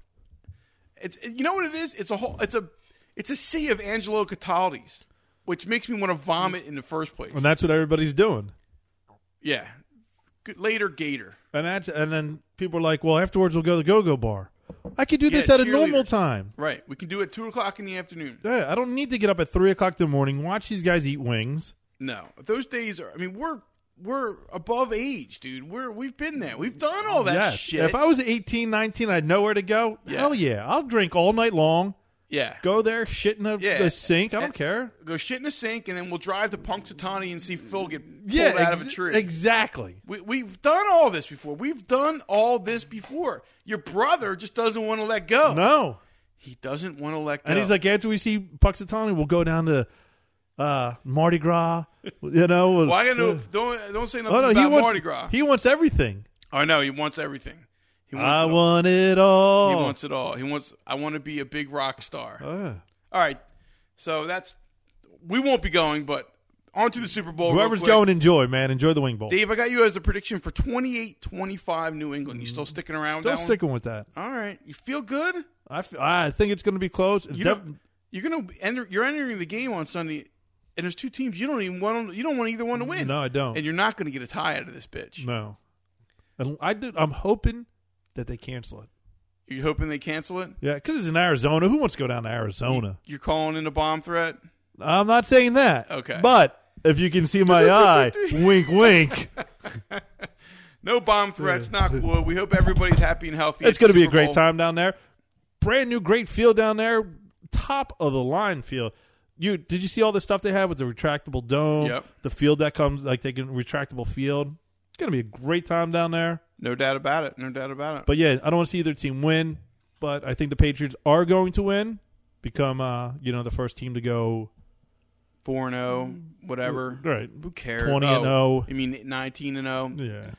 S1: It's you know what it is. It's a whole. It's a it's a sea of Angelo Cataldi's, which makes me want to vomit in the first place.
S2: and that's what everybody's doing.
S1: Yeah, Good- later Gator.
S2: And that's and then people are like, "Well, afterwards we'll go to the Go Go Bar." I could do this
S1: Yeah,
S2: at a normal
S1: cheerleaders.
S2: time.
S1: Right. We can do it two o'clock in the afternoon.
S2: Yeah, I don't need to get up at three o'clock in the morning watch these guys eat wings.
S1: No, those days are. I mean, we're we're above age, dude. We're we've been there. We've done all that
S2: yes,
S1: shit.
S2: if I was 18, 19, I'd know where to go.
S1: Yeah.
S2: Hell yeah, I'll drink all night long.
S1: yeah, go,
S2: Go there, shit in the,
S1: Yeah.
S2: the sink. I don't
S1: And-
S2: care.
S1: shit in a sink, and then we'll drive to Punxsutawney and see Phil get pulled
S2: yeah,
S1: out of
S2: ex-
S1: a tree.
S2: Exactly.
S1: we, we've done all this before. We've done all this before. Your brother just doesn't want to let go.
S2: No.
S1: He doesn't want to let go.
S2: And he's like, after we see Puxatani, we'll go down to uh, Mardi Gras. You know,
S1: "Well, I gotta know. Don't don't say nothing
S2: Oh no,
S1: about
S2: he wants
S1: Mardi Gras."
S2: he wants everything.
S1: I know he wants everything. He wants
S2: I
S1: it all.
S2: want it all.
S1: He wants it all. He wants. I want to be a big rock star.
S2: Uh,
S1: All right. So that's we won't be going, but on to the Super Bowl. real
S2: whoever's
S1: quick.
S2: going, enjoy, man. Enjoy the wing bowl.
S1: Dave, I got you as a prediction for 28-25 New England. You still sticking around?
S2: Still
S1: with that
S2: sticking with that.
S1: One? All right. You feel good?
S2: I, f- I think it's going to be close. It's
S1: You
S2: def-
S1: don't- you're gonna enter. You're entering the game on Sunday, and there's two teams. You don't even want. You don't want either one to win.
S2: no, I don't.
S1: And you're not going to get a tie out of this bitch.
S2: no, And I do, I'm hoping that they cancel it.
S1: You're hoping they cancel it?
S2: Yeah, because it's in Arizona. Who wants to go down to Arizona?
S1: You're calling in a bomb threat?
S2: I'm not saying that.
S1: Okay.
S2: But if you can see my eye, wink, wink,
S1: No bomb threats, knock wood. We hope everybody's happy and healthy.
S2: it's
S1: at
S2: going to be a
S1: Super
S2: great
S1: Bowl.
S2: time down there. Brand new, great field down there. Top of the line field. You did you see all the stuff they have with the retractable dome?
S1: Yep.
S2: The field that comes like they can retractable field. It's going to be a great time down there.
S1: No doubt about it. No doubt about it.
S2: But yeah, I don't want to see either team win, but I think the Patriots are going to win, become uh, you know, the first team to go
S1: 4 0, oh, whatever.
S2: right.
S1: Who cares?
S2: 20 and
S1: Oh,
S2: 0.
S1: I mean, 19 and 0.
S2: Yeah.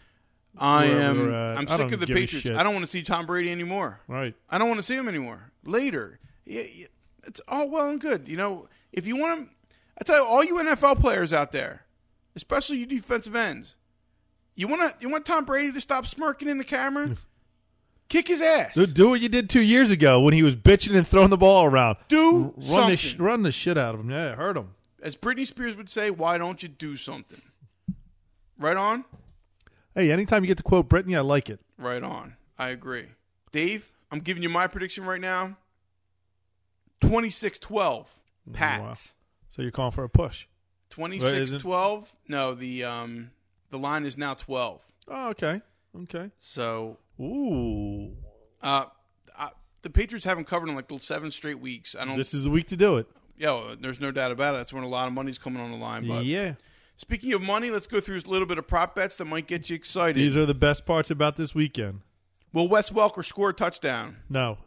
S1: I
S2: Wherever
S1: am.
S2: we're at.
S1: I'm
S2: I
S1: sick
S2: don't
S1: of the
S2: give a
S1: Patriots.
S2: shit.
S1: I don't want to see Tom Brady anymore.
S2: Right.
S1: I don't want to see him anymore. Later. Yeah, yeah, It's all well and good. You know, if you want to, I tell you, all you NFL players out there, especially you defensive ends, you want to, you want Tom Brady to stop smirking in the camera? Kick his ass.
S2: Do, do what you did two years ago when he was bitching and throwing the ball around.
S1: Do
S2: Run the, sh-
S1: something.
S2: run the shit out of him. Yeah, hurt him.
S1: As Britney Spears would say, why don't you do something? Right on?
S2: Hey, anytime you get to quote Brittany, I like it.
S1: Right on. I agree. Dave, I'm giving you my prediction right now 26 12. Pats.
S2: So you're calling for a push.
S1: 26
S2: isn't-
S1: 12 no the um the line is now 12
S2: Oh, okay. Okay.
S1: so
S2: Ooh.
S1: uh I, the patriots haven't covered in like the seven straight weeks i don't
S2: This is the week to do it.
S1: yo there's no doubt about it that's when a lot of money's coming on the line but
S2: yeah.
S1: speaking of money let's go through a little bit of prop bets that might get you excited
S2: These are the best parts about this weekend.
S1: will wes welker score a touchdown
S2: No.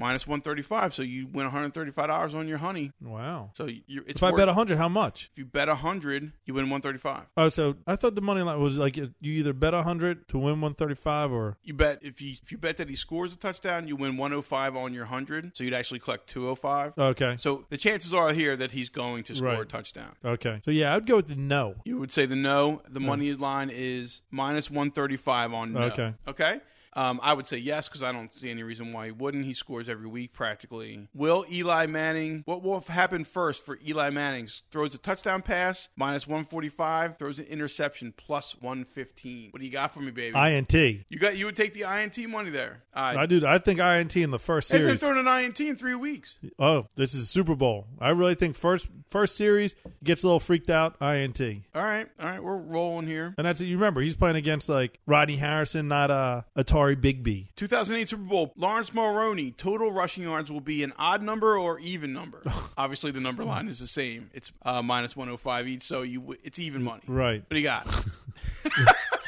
S1: minus 135 so you win $135 on your honey
S2: Wow.
S1: so you it's
S2: If I
S1: worth-
S2: bet 100, how much?
S1: if you bet 100 you win 135
S2: Oh, so I thought the money line was like uh, you either bet hundred to win one thirty five or
S1: You bet if you if you bet that he scores a touchdown, you win 105 on your 100, so you'd actually collect 205.
S2: okay,
S1: So the chances are here that he's going to score a
S2: Right.
S1: touchdown.
S2: okay. So yeah, I'd go with the no.
S1: You would say the no. The money line is minus 135 on no.
S2: Okay.
S1: Okay. Um, I would say yes because I don't see any reason why he wouldn't. He scores every week practically. Will Eli Manning? What will happen first for Eli Manning? Throws a touchdown pass minus 145. Throws an interception plus 115. What do you got for me, baby?
S2: INT.
S1: you got you would take the INT money there. I
S2: I do. I think INT in the first
S1: He's been
S2: series.
S1: thrown an INT in three weeks.
S2: Oh, this is Super Bowl. I really think first first series gets a little freaked out. INT, and
S1: All right, all right, we're rolling here.
S2: that's it. You remember he's playing against like Rodney Harrison, not uh Atari Bigby.
S1: 2008 Super Bowl, Lawrence Mulroney, total rushing yards will be an odd number or even number. Obviously, the number line is the same. It's uh, minus 105 each, so you w- it's even money. What
S2: Right.
S1: do you got?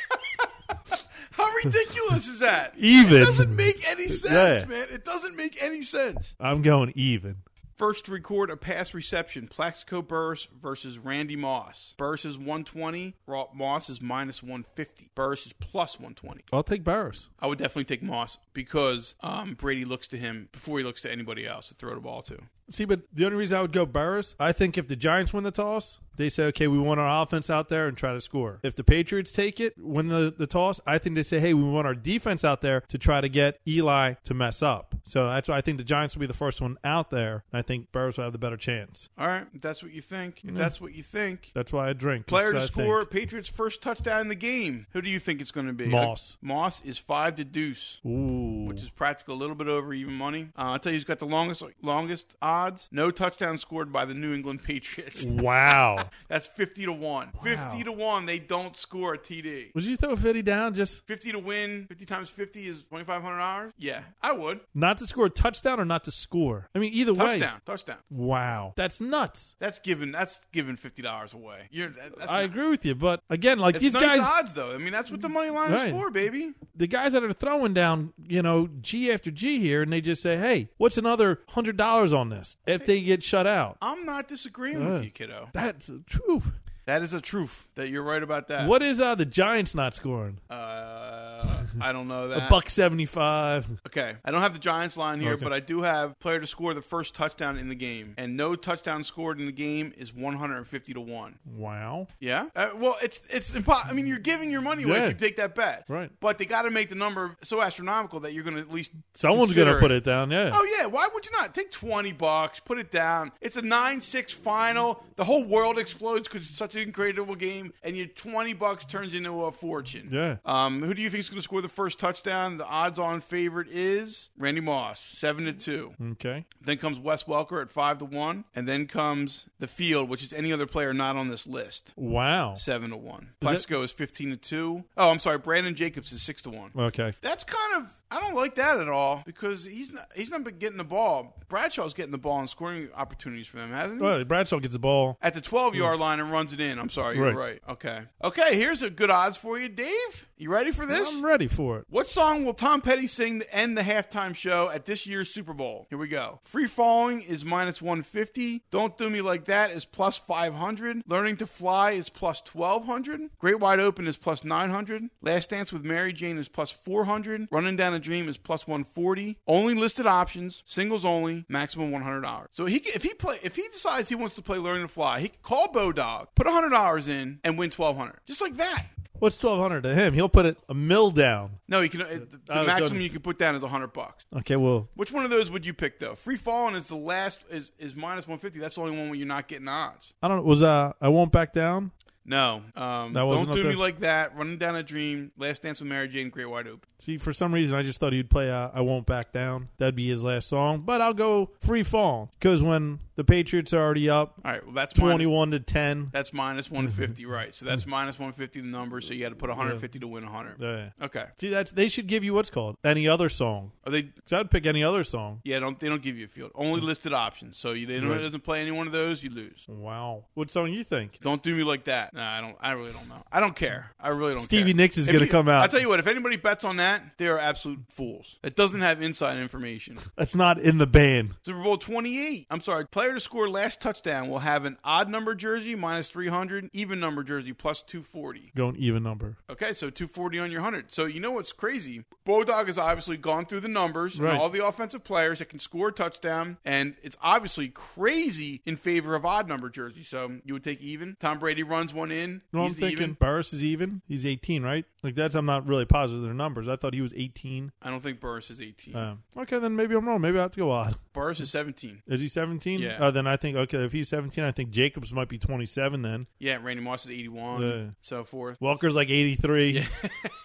S1: How ridiculous is that? It
S2: Even.
S1: doesn't make any sense,
S2: Yeah.
S1: man. It doesn't make any sense.
S2: I'm going even.
S1: First to record a pass reception, Plaxico Burris versus Randy Moss. Burris is 120, Ra- Moss is minus 150. Burris is plus 120.
S2: I'll take Barris.
S1: I would definitely take Moss because um, Brady looks to him before he looks to anybody else to throw the ball to.
S2: See, but the only reason I would go Burris, I think if the Giants win the toss, they say, okay, we want our offense out there and try to score. If the Patriots take it, win the, the toss, I think they say, hey, we want our defense out there to try to get Eli to mess up. So that's why I think the Giants will be the first one out there. And I think Burris will have the better chance.
S1: All right, if that's what you think. If that's what you think.
S2: That's why I drink.
S1: Player to
S2: Just so I
S1: score,
S2: think.
S1: Patriots' first touchdown in the game. Who do you think it's going to be?
S2: Moss.
S1: Moss is five to deuce.
S2: Ooh.
S1: which is practical, a little bit over even money. Uh, I'll tell you who's got the longest longest odds. No touchdown scored by the New England Patriots.
S2: wow.
S1: That's 50 to 1. 50 to 1, they don't score a TD.
S2: Would you throw 50 down just
S1: 50 to win, 50 times 50 is $2,500? Yeah, I would.
S2: not to score a touchdown or not to score? I mean, either way.
S1: Touchdown, touchdown.
S2: Wow. That's nuts.
S1: That's giving that's giving fifty dollars away. You're that- that's
S2: I
S1: not-
S2: agree with you, but again, like
S1: It's
S2: these
S1: nice
S2: guys,
S1: odds though. I mean, that's what the money line is
S2: Right.
S1: for, baby.
S2: the guys that are throwing down, you know, G after G here, and they just say, "Hey, what's another hundred dollars on this?" If they get shut out,
S1: I'm not disagreeing
S2: Yeah.
S1: with you, kiddo.
S2: that's true.
S1: That is a truth that you're right about that.
S2: What is uh, the Giants not scoring?
S1: Uh, I don't know that.
S2: A buck seventy-five.
S1: Okay, I don't have the Giants line here,
S2: Okay.
S1: but I do have player to score the first touchdown in the game, and no touchdown scored in the game is 150 to one.
S2: Wow.
S1: Yeah. Uh, well, it's it's impossible. I mean, you're giving your money away
S2: Yeah.
S1: if you take that bet,
S2: Right.
S1: But they got to make the number so astronomical that you're going to at least
S2: Someone's gonna
S1: consider
S2: put it down. Yeah.
S1: Oh yeah, why would you not take twenty bucks, put it down? It's a nine six final. The whole world explodes because it's such an incredible game, and your twenty bucks turns into a fortune.
S2: Yeah.
S1: Um, who do you think is going to score score the first touchdown, the odds-on favorite is Randy Moss, seven to two.
S2: Okay.
S1: Then comes Wes Welker at five to one, and then comes the field, which is any other player not on this list,
S2: Wow.
S1: seven to one.
S2: Is
S1: Plesko is fifteen to two. Oh, I'm sorry, Brandon Jacobs is six to one.
S2: Okay.
S1: That's kind of I don't like that at all because he's not he's not been getting the ball. Bradshaw's getting the ball and scoring opportunities for them, hasn't he?
S2: Well, Bradshaw gets the ball.
S1: At the 12 yard line and runs it in. I'm sorry, you're right.
S2: Right.
S1: Okay. Okay, here's a good odds for you, Dave. You ready for this?
S2: I'm ready for it.
S1: What song will Tom Petty sing to end the halftime show at this year's Super Bowl? Here we go. Free Falling is minus 150. Don't Do Me Like That is plus 500. Learning to Fly is plus 1200. Great Wide Open is plus 900. Last Dance with Mary Jane is plus 400. Running Down a Dream is plus 140. Only listed options, singles only, maximum $100. So he can, if he play if he decides he wants to play Learning to Fly, he can call Bo Dog, put $100 in and win 1200. Just like that.
S2: What's twelve hundred to him? He'll put it a mill down.
S1: No, you can it, the, the
S2: Oh, it's
S1: maximum
S2: on-
S1: you can put down is 100 bucks.
S2: Okay. Well,
S1: Which one of those would you pick though? Free falling is the last is is minus one fifty. That's the only one where you're not getting odds.
S2: I don't. Was uh, I won't back down.
S1: No, um,
S2: That wasn't
S1: don't
S2: up
S1: do me
S2: there?
S1: like that. Running down a dream, last dance with Mary Jane, Great Wide Open.
S2: See, for some reason, I just thought he'd play uh, "I Won't Back Down." That'd be his last song. But I'll go "Free Fall" because when the Patriots are already up
S1: All right, well that's minus,
S2: twenty-one to ten,
S1: that's minus one fifty, right? So that's minus one fifty the number. So you had to put one hundred fifty to win hundred.
S2: yeah.
S1: Okay,
S2: see that's they should give you what's called any other song.
S1: are they?
S2: Because I'd pick any other song.
S1: Yeah, don't they don't give you a field.
S2: Mm-hmm.
S1: Only listed options. So you, they don't, it doesn't play any one of those, you lose.
S2: Wow, what song you think?
S1: Don't do me like that. Nah, I don't. I really don't know. I don't care. I really don't.
S2: Stevie
S1: care.
S2: Nicks is
S1: If
S2: gonna
S1: you-
S2: come out.
S1: I tell you what. If anybody bets on that, they are absolute fools. It doesn't have inside information.
S2: That's not in the band.
S1: Super Bowl 28. I'm sorry. Player to score last touchdown will have an odd number jersey minus 300, even number jersey plus 240.
S2: Going even number.
S1: Okay, so 240 on your 100. So you know what's crazy? Bodog has obviously gone through the numbers
S2: Right.
S1: and all the offensive players that can score a touchdown, and it's obviously crazy in favor of odd number jersey. So you would take even. Tom Brady runs one in.
S2: No, I'm
S1: He's
S2: thinking
S1: even.
S2: Barris is even. He's 18, right? Like that's I'm not really positive of their numbers. I thought he was 18.
S1: I don't think Burris is 18.
S2: Um, okay, then maybe I'm wrong. Maybe I have to go odd.
S1: Burris is 17.
S2: Is he 17?
S1: Yeah.
S2: Uh, then I think okay, if he's 17, I think Jacobs might be 27. Then
S1: Yeah, Randy Moss is 81,
S2: Yeah.
S1: so forth.
S2: Walker's like 83.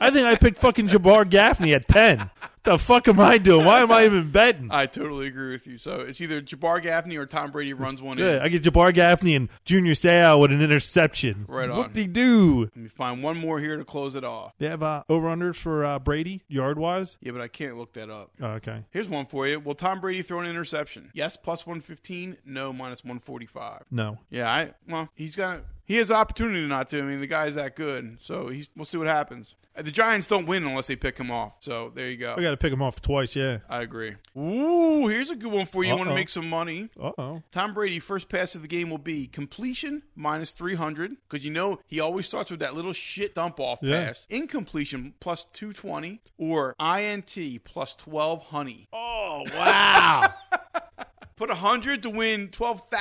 S2: I think I picked fucking Jabbar Gaffney at 10. the fuck am I doing? Why am I even betting?
S1: I totally agree with you. So it's either Jabbar Gaffney or Tom Brady runs one in.
S2: Yeah, I get Jabbar Gaffney and Junior Seau with an interception.
S1: Right on.
S2: What they do?
S1: Let me find one more here to close it off.
S2: They have uh, over unders for uh, Brady yard wise.
S1: Yeah, but I can't look that up.
S2: Oh, okay.
S1: Here's one for you. Will Tom Brady throw an interception? Yes, plus 115. No, minus 145.
S2: No.
S1: Yeah, I well, he's gonna he has the opportunity not to. I mean, the guy's that good, so he's we'll see what happens. Uh, The Giants don't win unless they pick him off. So there you go.
S2: I got to pick him off twice. Yeah.
S1: I agree. Ooh, here's a good one for you. Want to
S2: Uh-oh.
S1: make some money?
S2: Uh oh.
S1: Tom Brady first pass of the game will be completion minus 300 because you know he always starts with that little shit dump off
S2: Yeah.
S1: pass. Incompletion plus 220 or INT plus 12 honey.
S2: Oh wow.
S1: Put 100 to win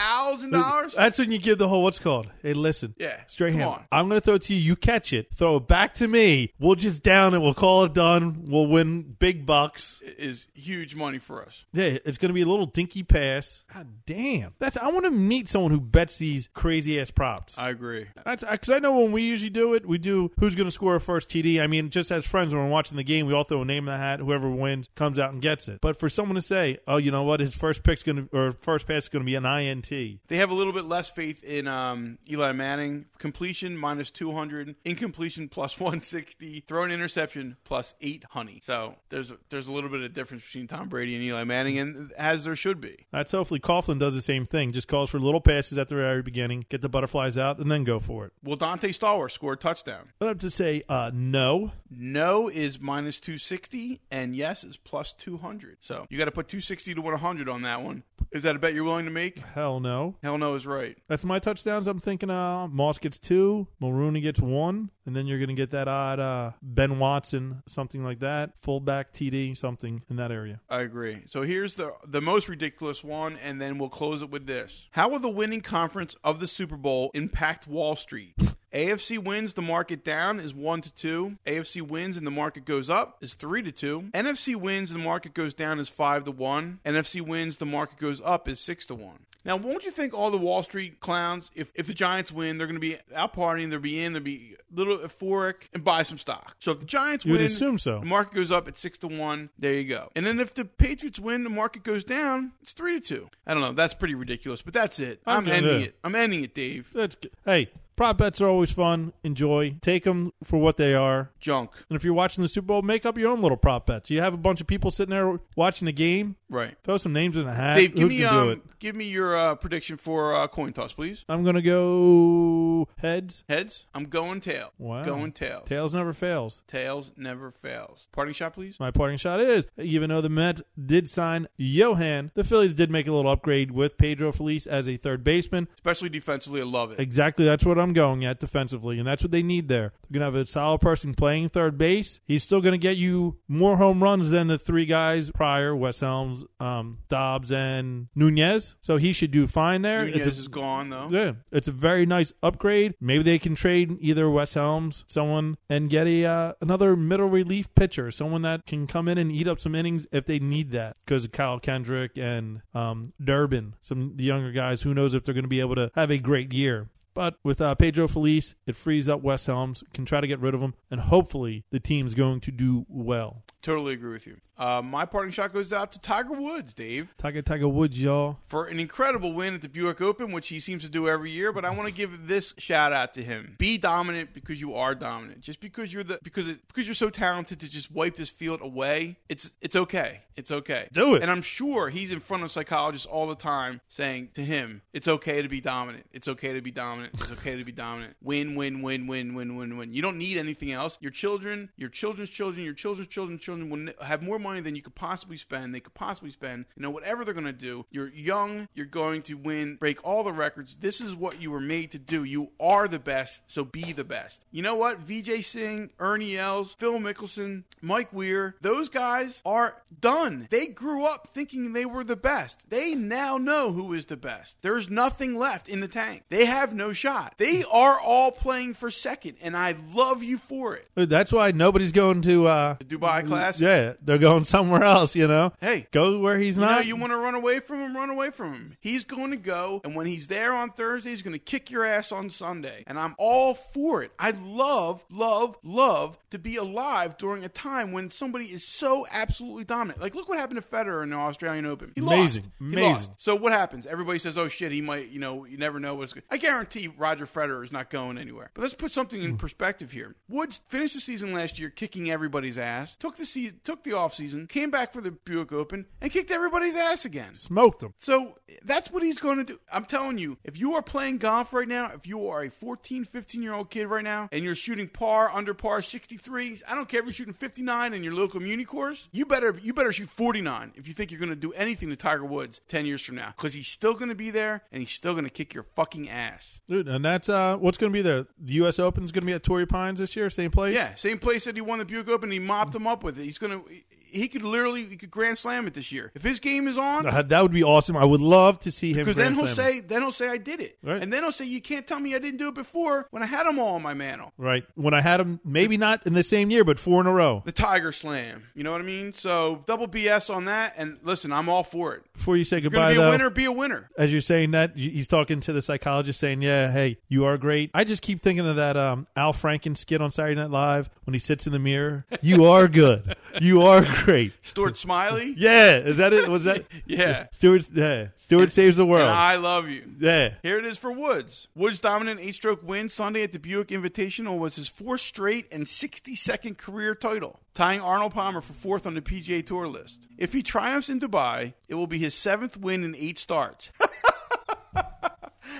S1: $12,000?
S2: That's when you give the whole what's called. Hey, listen.
S1: Yeah,
S2: Straight
S1: come
S2: hand.
S1: on.
S2: I'm gonna throw it to you. You catch it. Throw it back to me. We'll just down it. We'll call it done. We'll win big bucks.
S1: Is huge money for us.
S2: Yeah, it's gonna be a little dinky pass. God damn. That's I want to meet someone who bets these crazy ass props.
S1: I agree.
S2: That's because I know when we usually do it, we do who's going to score a first TD. I mean, just as friends, when we're watching the game, we all throw a name in the hat. Whoever wins comes out and gets it. But for someone to say, "Oh, you know what? His first pick's going to or first pass is going to be an INT,"
S1: They have a little bit less faith in um, Eli Manning. Completion minus 200, incompletion plus 160, thrown interception plus 8 honey. So there's there's a little bit of difference between Tom Brady and Eli Manning, and as there should be.
S2: That's hopefully Coughlin does the same thing. Just calls for little passes at the very beginning, get the butterflies out, and then go for it.
S1: Will Dante Stallworth score a touchdown?
S2: But I have to say, uh, no.
S1: No is minus 260, and yes is plus 200. So you got to put 260 to 100 on that one. Is that a bet you're willing to make?
S2: Hell no.
S1: Hell no is right.
S2: That's my touchdowns. I'm thinking uh, Moss gets two, Mulrooney gets one, and then you're going to get that odd uh, Ben Watson, something like that, fullback TD, something in that area.
S1: I agree. So here's the the most ridiculous one, and then we'll close it with this. How will the winning conference of the Super Bowl impact Wall Street? AFC wins the market down is one to two. AFC wins and the market goes up is three to two. NFC wins and the market goes down is five to one. NFC wins the market goes up is six to one. Now, won't you think all the Wall Street clowns, if, if the Giants win, they're going to be out partying, they'll be in, they'll be a little euphoric and buy some stock. So if the Giants
S2: You would
S1: win,
S2: assume so.
S1: the market goes up at six to one. There you go. And then if the Patriots win, the market goes down. It's three to two. I don't know. That's pretty ridiculous, but that's it. I'm,
S2: I'm good.
S1: ending
S2: Yeah.
S1: it. I'm ending it, Dave.
S2: That's good. hey, prop bets are always fun. Enjoy, take them for what they are.
S1: Junk.
S2: And if you're watching the Super Bowl, make up your own little prop bets. You have a bunch of people sitting there watching the game.
S1: Right.
S2: Throw some names in a hat.
S1: Dave, give
S2: Uh, Who's
S1: me
S2: gonna do
S1: um,
S2: it?
S1: give me your uh, prediction for uh, coin toss, please.
S2: I'm gonna go heads.
S1: Heads. I'm going tail.
S2: Wow.
S1: Going tails.
S2: Tails never fails.
S1: Tails never fails. Parting shot, please.
S2: My parting shot is even though the Mets did sign Johan, the Phillies did make a little upgrade with Pedro Feliz as a third baseman.
S1: Especially defensively, I love it.
S2: Exactly, that's what I'm going at defensively, and that's what they need there. They're going to have a solid person playing third base. He's still going to get you more home runs than the three guys prior Wes Helms, um, Dobbs, and Nunez. So he should do fine there.
S1: Nunez
S2: It's a-
S1: is gone though.
S2: yeah, it's a very nice upgrade. Maybe they can trade either Wes Helms, someone, and get a uh, another middle relief pitcher, someone that can come in and eat up some innings if they need that. Because Kyle Kendrick and um, Durbin, some of the younger guys, who knows if they're going to be able to have a great year. But with uh, Pedro Feliz, it frees up Wes Helms, can try to get rid of him, and hopefully the team's going to do well.
S1: Totally agree with you. Uh, my parting shot goes out to Tiger Woods, Dave,
S2: Tiger, Tiger Woods, y'all.
S1: for an incredible win at the Buick Open, which he seems to do every year. But I want to give this shout out to him: be dominant because you are dominant. Just because you're the because it, because you're so talented to just wipe this field away, it's it's okay. It's okay.
S2: Do it.
S1: And I'm sure he's in front of psychologists all the time saying to him, "It's okay to be dominant. It's okay to be dominant. It's okay to be dominant. Win, win, win, win, win, win, win. You don't need anything else. Your children, your children's children, your children's children's children will n- have more money than you could possibly spend. They could possibly spend. You know, whatever they're going to do. You're young. You're going to win. Break all the records. This is what you were made to do. You are the best. So be the best. You know what? VJ Singh, Ernie Els, Phil Mickelson, Mike Weir, those guys are done. They grew up thinking they were the best. They now know who is the best. There's nothing left in the tank. They have no shot. They are all playing for second, and I love you for it.
S2: That's why nobody's going to uh,
S1: Dubai class.
S2: Yeah, they're going somewhere else. You know,
S1: Hey.
S2: go where he's
S1: You know,
S2: not.
S1: you want to run away from him, run away from him. He's going to go, and when he's there on Thursday, he's going to kick your ass on Sunday. And I'm all for it. I love, love, love to be alive during a time when somebody is so absolutely dominant. Like, look what happened to Federer in the Australian Open. He
S2: Amazing.
S1: lost. He
S2: Amazing.
S1: lost. So what happens? Everybody says, "Oh shit, he might." You know, you never know what's. Good. I guarantee Roger Federer is not going anywhere. But let's put something
S2: Hmm.
S1: in perspective here. Woods finished the season last year kicking everybody's ass. Took the season, took the off season, came back for the Buick Open, and kicked everybody's ass again.
S2: smoked him.
S1: So that's what he's going to do. I'm telling you, if you are playing golf right now, if you are a 14, 15 year old kid right now, and you're shooting par, under par, 63s, I don't care if you're shooting 59 in your local muni course, you better you better shoot 49 if you think you're going to do anything to Tiger Woods 10 years from now, because he's still going to be there and he's still going to kick your fucking ass.
S2: Dude, and that's uh, what's going to be there. The U.S. Open's going to be at Torrey Pines this year, same place.
S1: Yeah, same place that he won the Buick Open, he mopped him up with it. He's going to, he could literally, he could grand slam it this year if his game is on.
S2: Uh, that would be awesome. I would love to see him.
S1: Because then
S2: grand
S1: he'll
S2: slamming.
S1: say, then he'll say I did it,
S2: Right.
S1: and then he'll say you can't tell me I didn't do it before when I had them all on my mantle.
S2: right when I had him, maybe not in the same year, but four in a row.
S1: The Tiger Slam, you know what I mean? So double BS on that. And listen, I'm all for it.
S2: Before you say
S1: You're gonna
S2: goodbye,
S1: be a
S2: though,
S1: winner, be a winner.
S2: as you're saying that, y- he's talking to the psychologist, saying, "Yeah, hey, you are great." I just keep thinking of that um, Al Franken skit on Saturday Night Live when he sits in the mirror. You are good. you are great.
S1: Stuart Smiley,
S2: Yeah, is that it? Was that
S1: Yeah.
S2: Stewart? Yeah, Stewart saves the world.
S1: and I love you.
S2: yeah,
S1: Here it is for Woods. Woods' dominant eight stroke win Sunday at the Buick Invitational was his fourth straight and 62nd career title, tying Arnold Palmer for fourth on the PGA Tour list. If he triumphs in Dubai, it will be his seventh win in eight starts.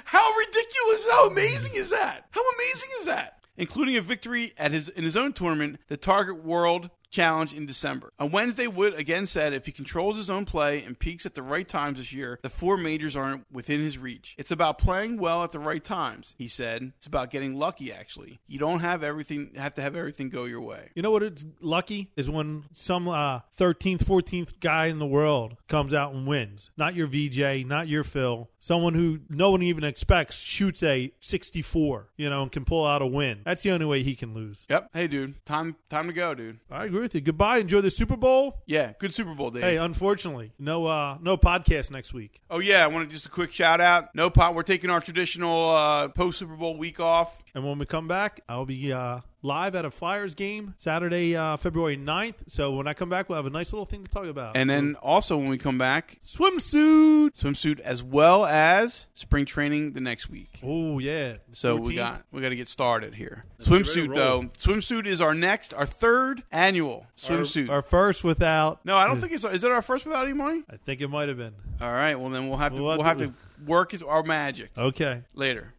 S1: How ridiculous, how amazing is that? How amazing is that? Including a victory at his in his own tournament, the Target World Challenge in December. On Wednesday, Wood again said if he controls his own play and peaks at the right times this year, the four majors aren't within his reach. It's about playing well at the right times, he said. It's about getting lucky actually. You don't have everything have to have everything go your way.
S2: You know what? It's lucky is when some uh, thirteenth, fourteenth guy in the world comes out and wins. Not your VJ, not your Phil. Someone who no one even expects shoots a sixty-four. You know, and can pull out a win. That's the only way he can lose.
S1: Yep. Hey dude, time time to go, dude.
S2: I agree with you. Goodbye. Enjoy the Super Bowl.
S1: Yeah, good Super Bowl, Dave.
S2: Hey, uh unfortunately, no uh no podcast next week.
S1: Oh yeah, I wanted just a quick shout out. No pot. We're taking our traditional uh, post Super Bowl week off.
S2: And when we come back, I'll be uh, live at a Flyers game Saturday, uh, February 9th. So when I come back, we'll have a nice little thing to talk about.
S1: And then also when we come back,
S2: swimsuit.
S1: swimsuit as well as spring training the next week.
S2: Oh yeah.
S1: So we
S2: 14th.
S1: got we got to get started here.
S2: ready to
S1: swimsuit
S2: roll.
S1: though. Swimsuit is our next, our third annual swimsuit.
S2: our first without.
S1: no, I don't think it's. Is it our first without any money?
S2: I think it might have been.
S1: All right. Well, then we'll have to
S2: We'll Uh,
S1: we'll,
S2: have
S1: have
S2: to-
S1: to work is our magic
S2: Okay.
S1: later.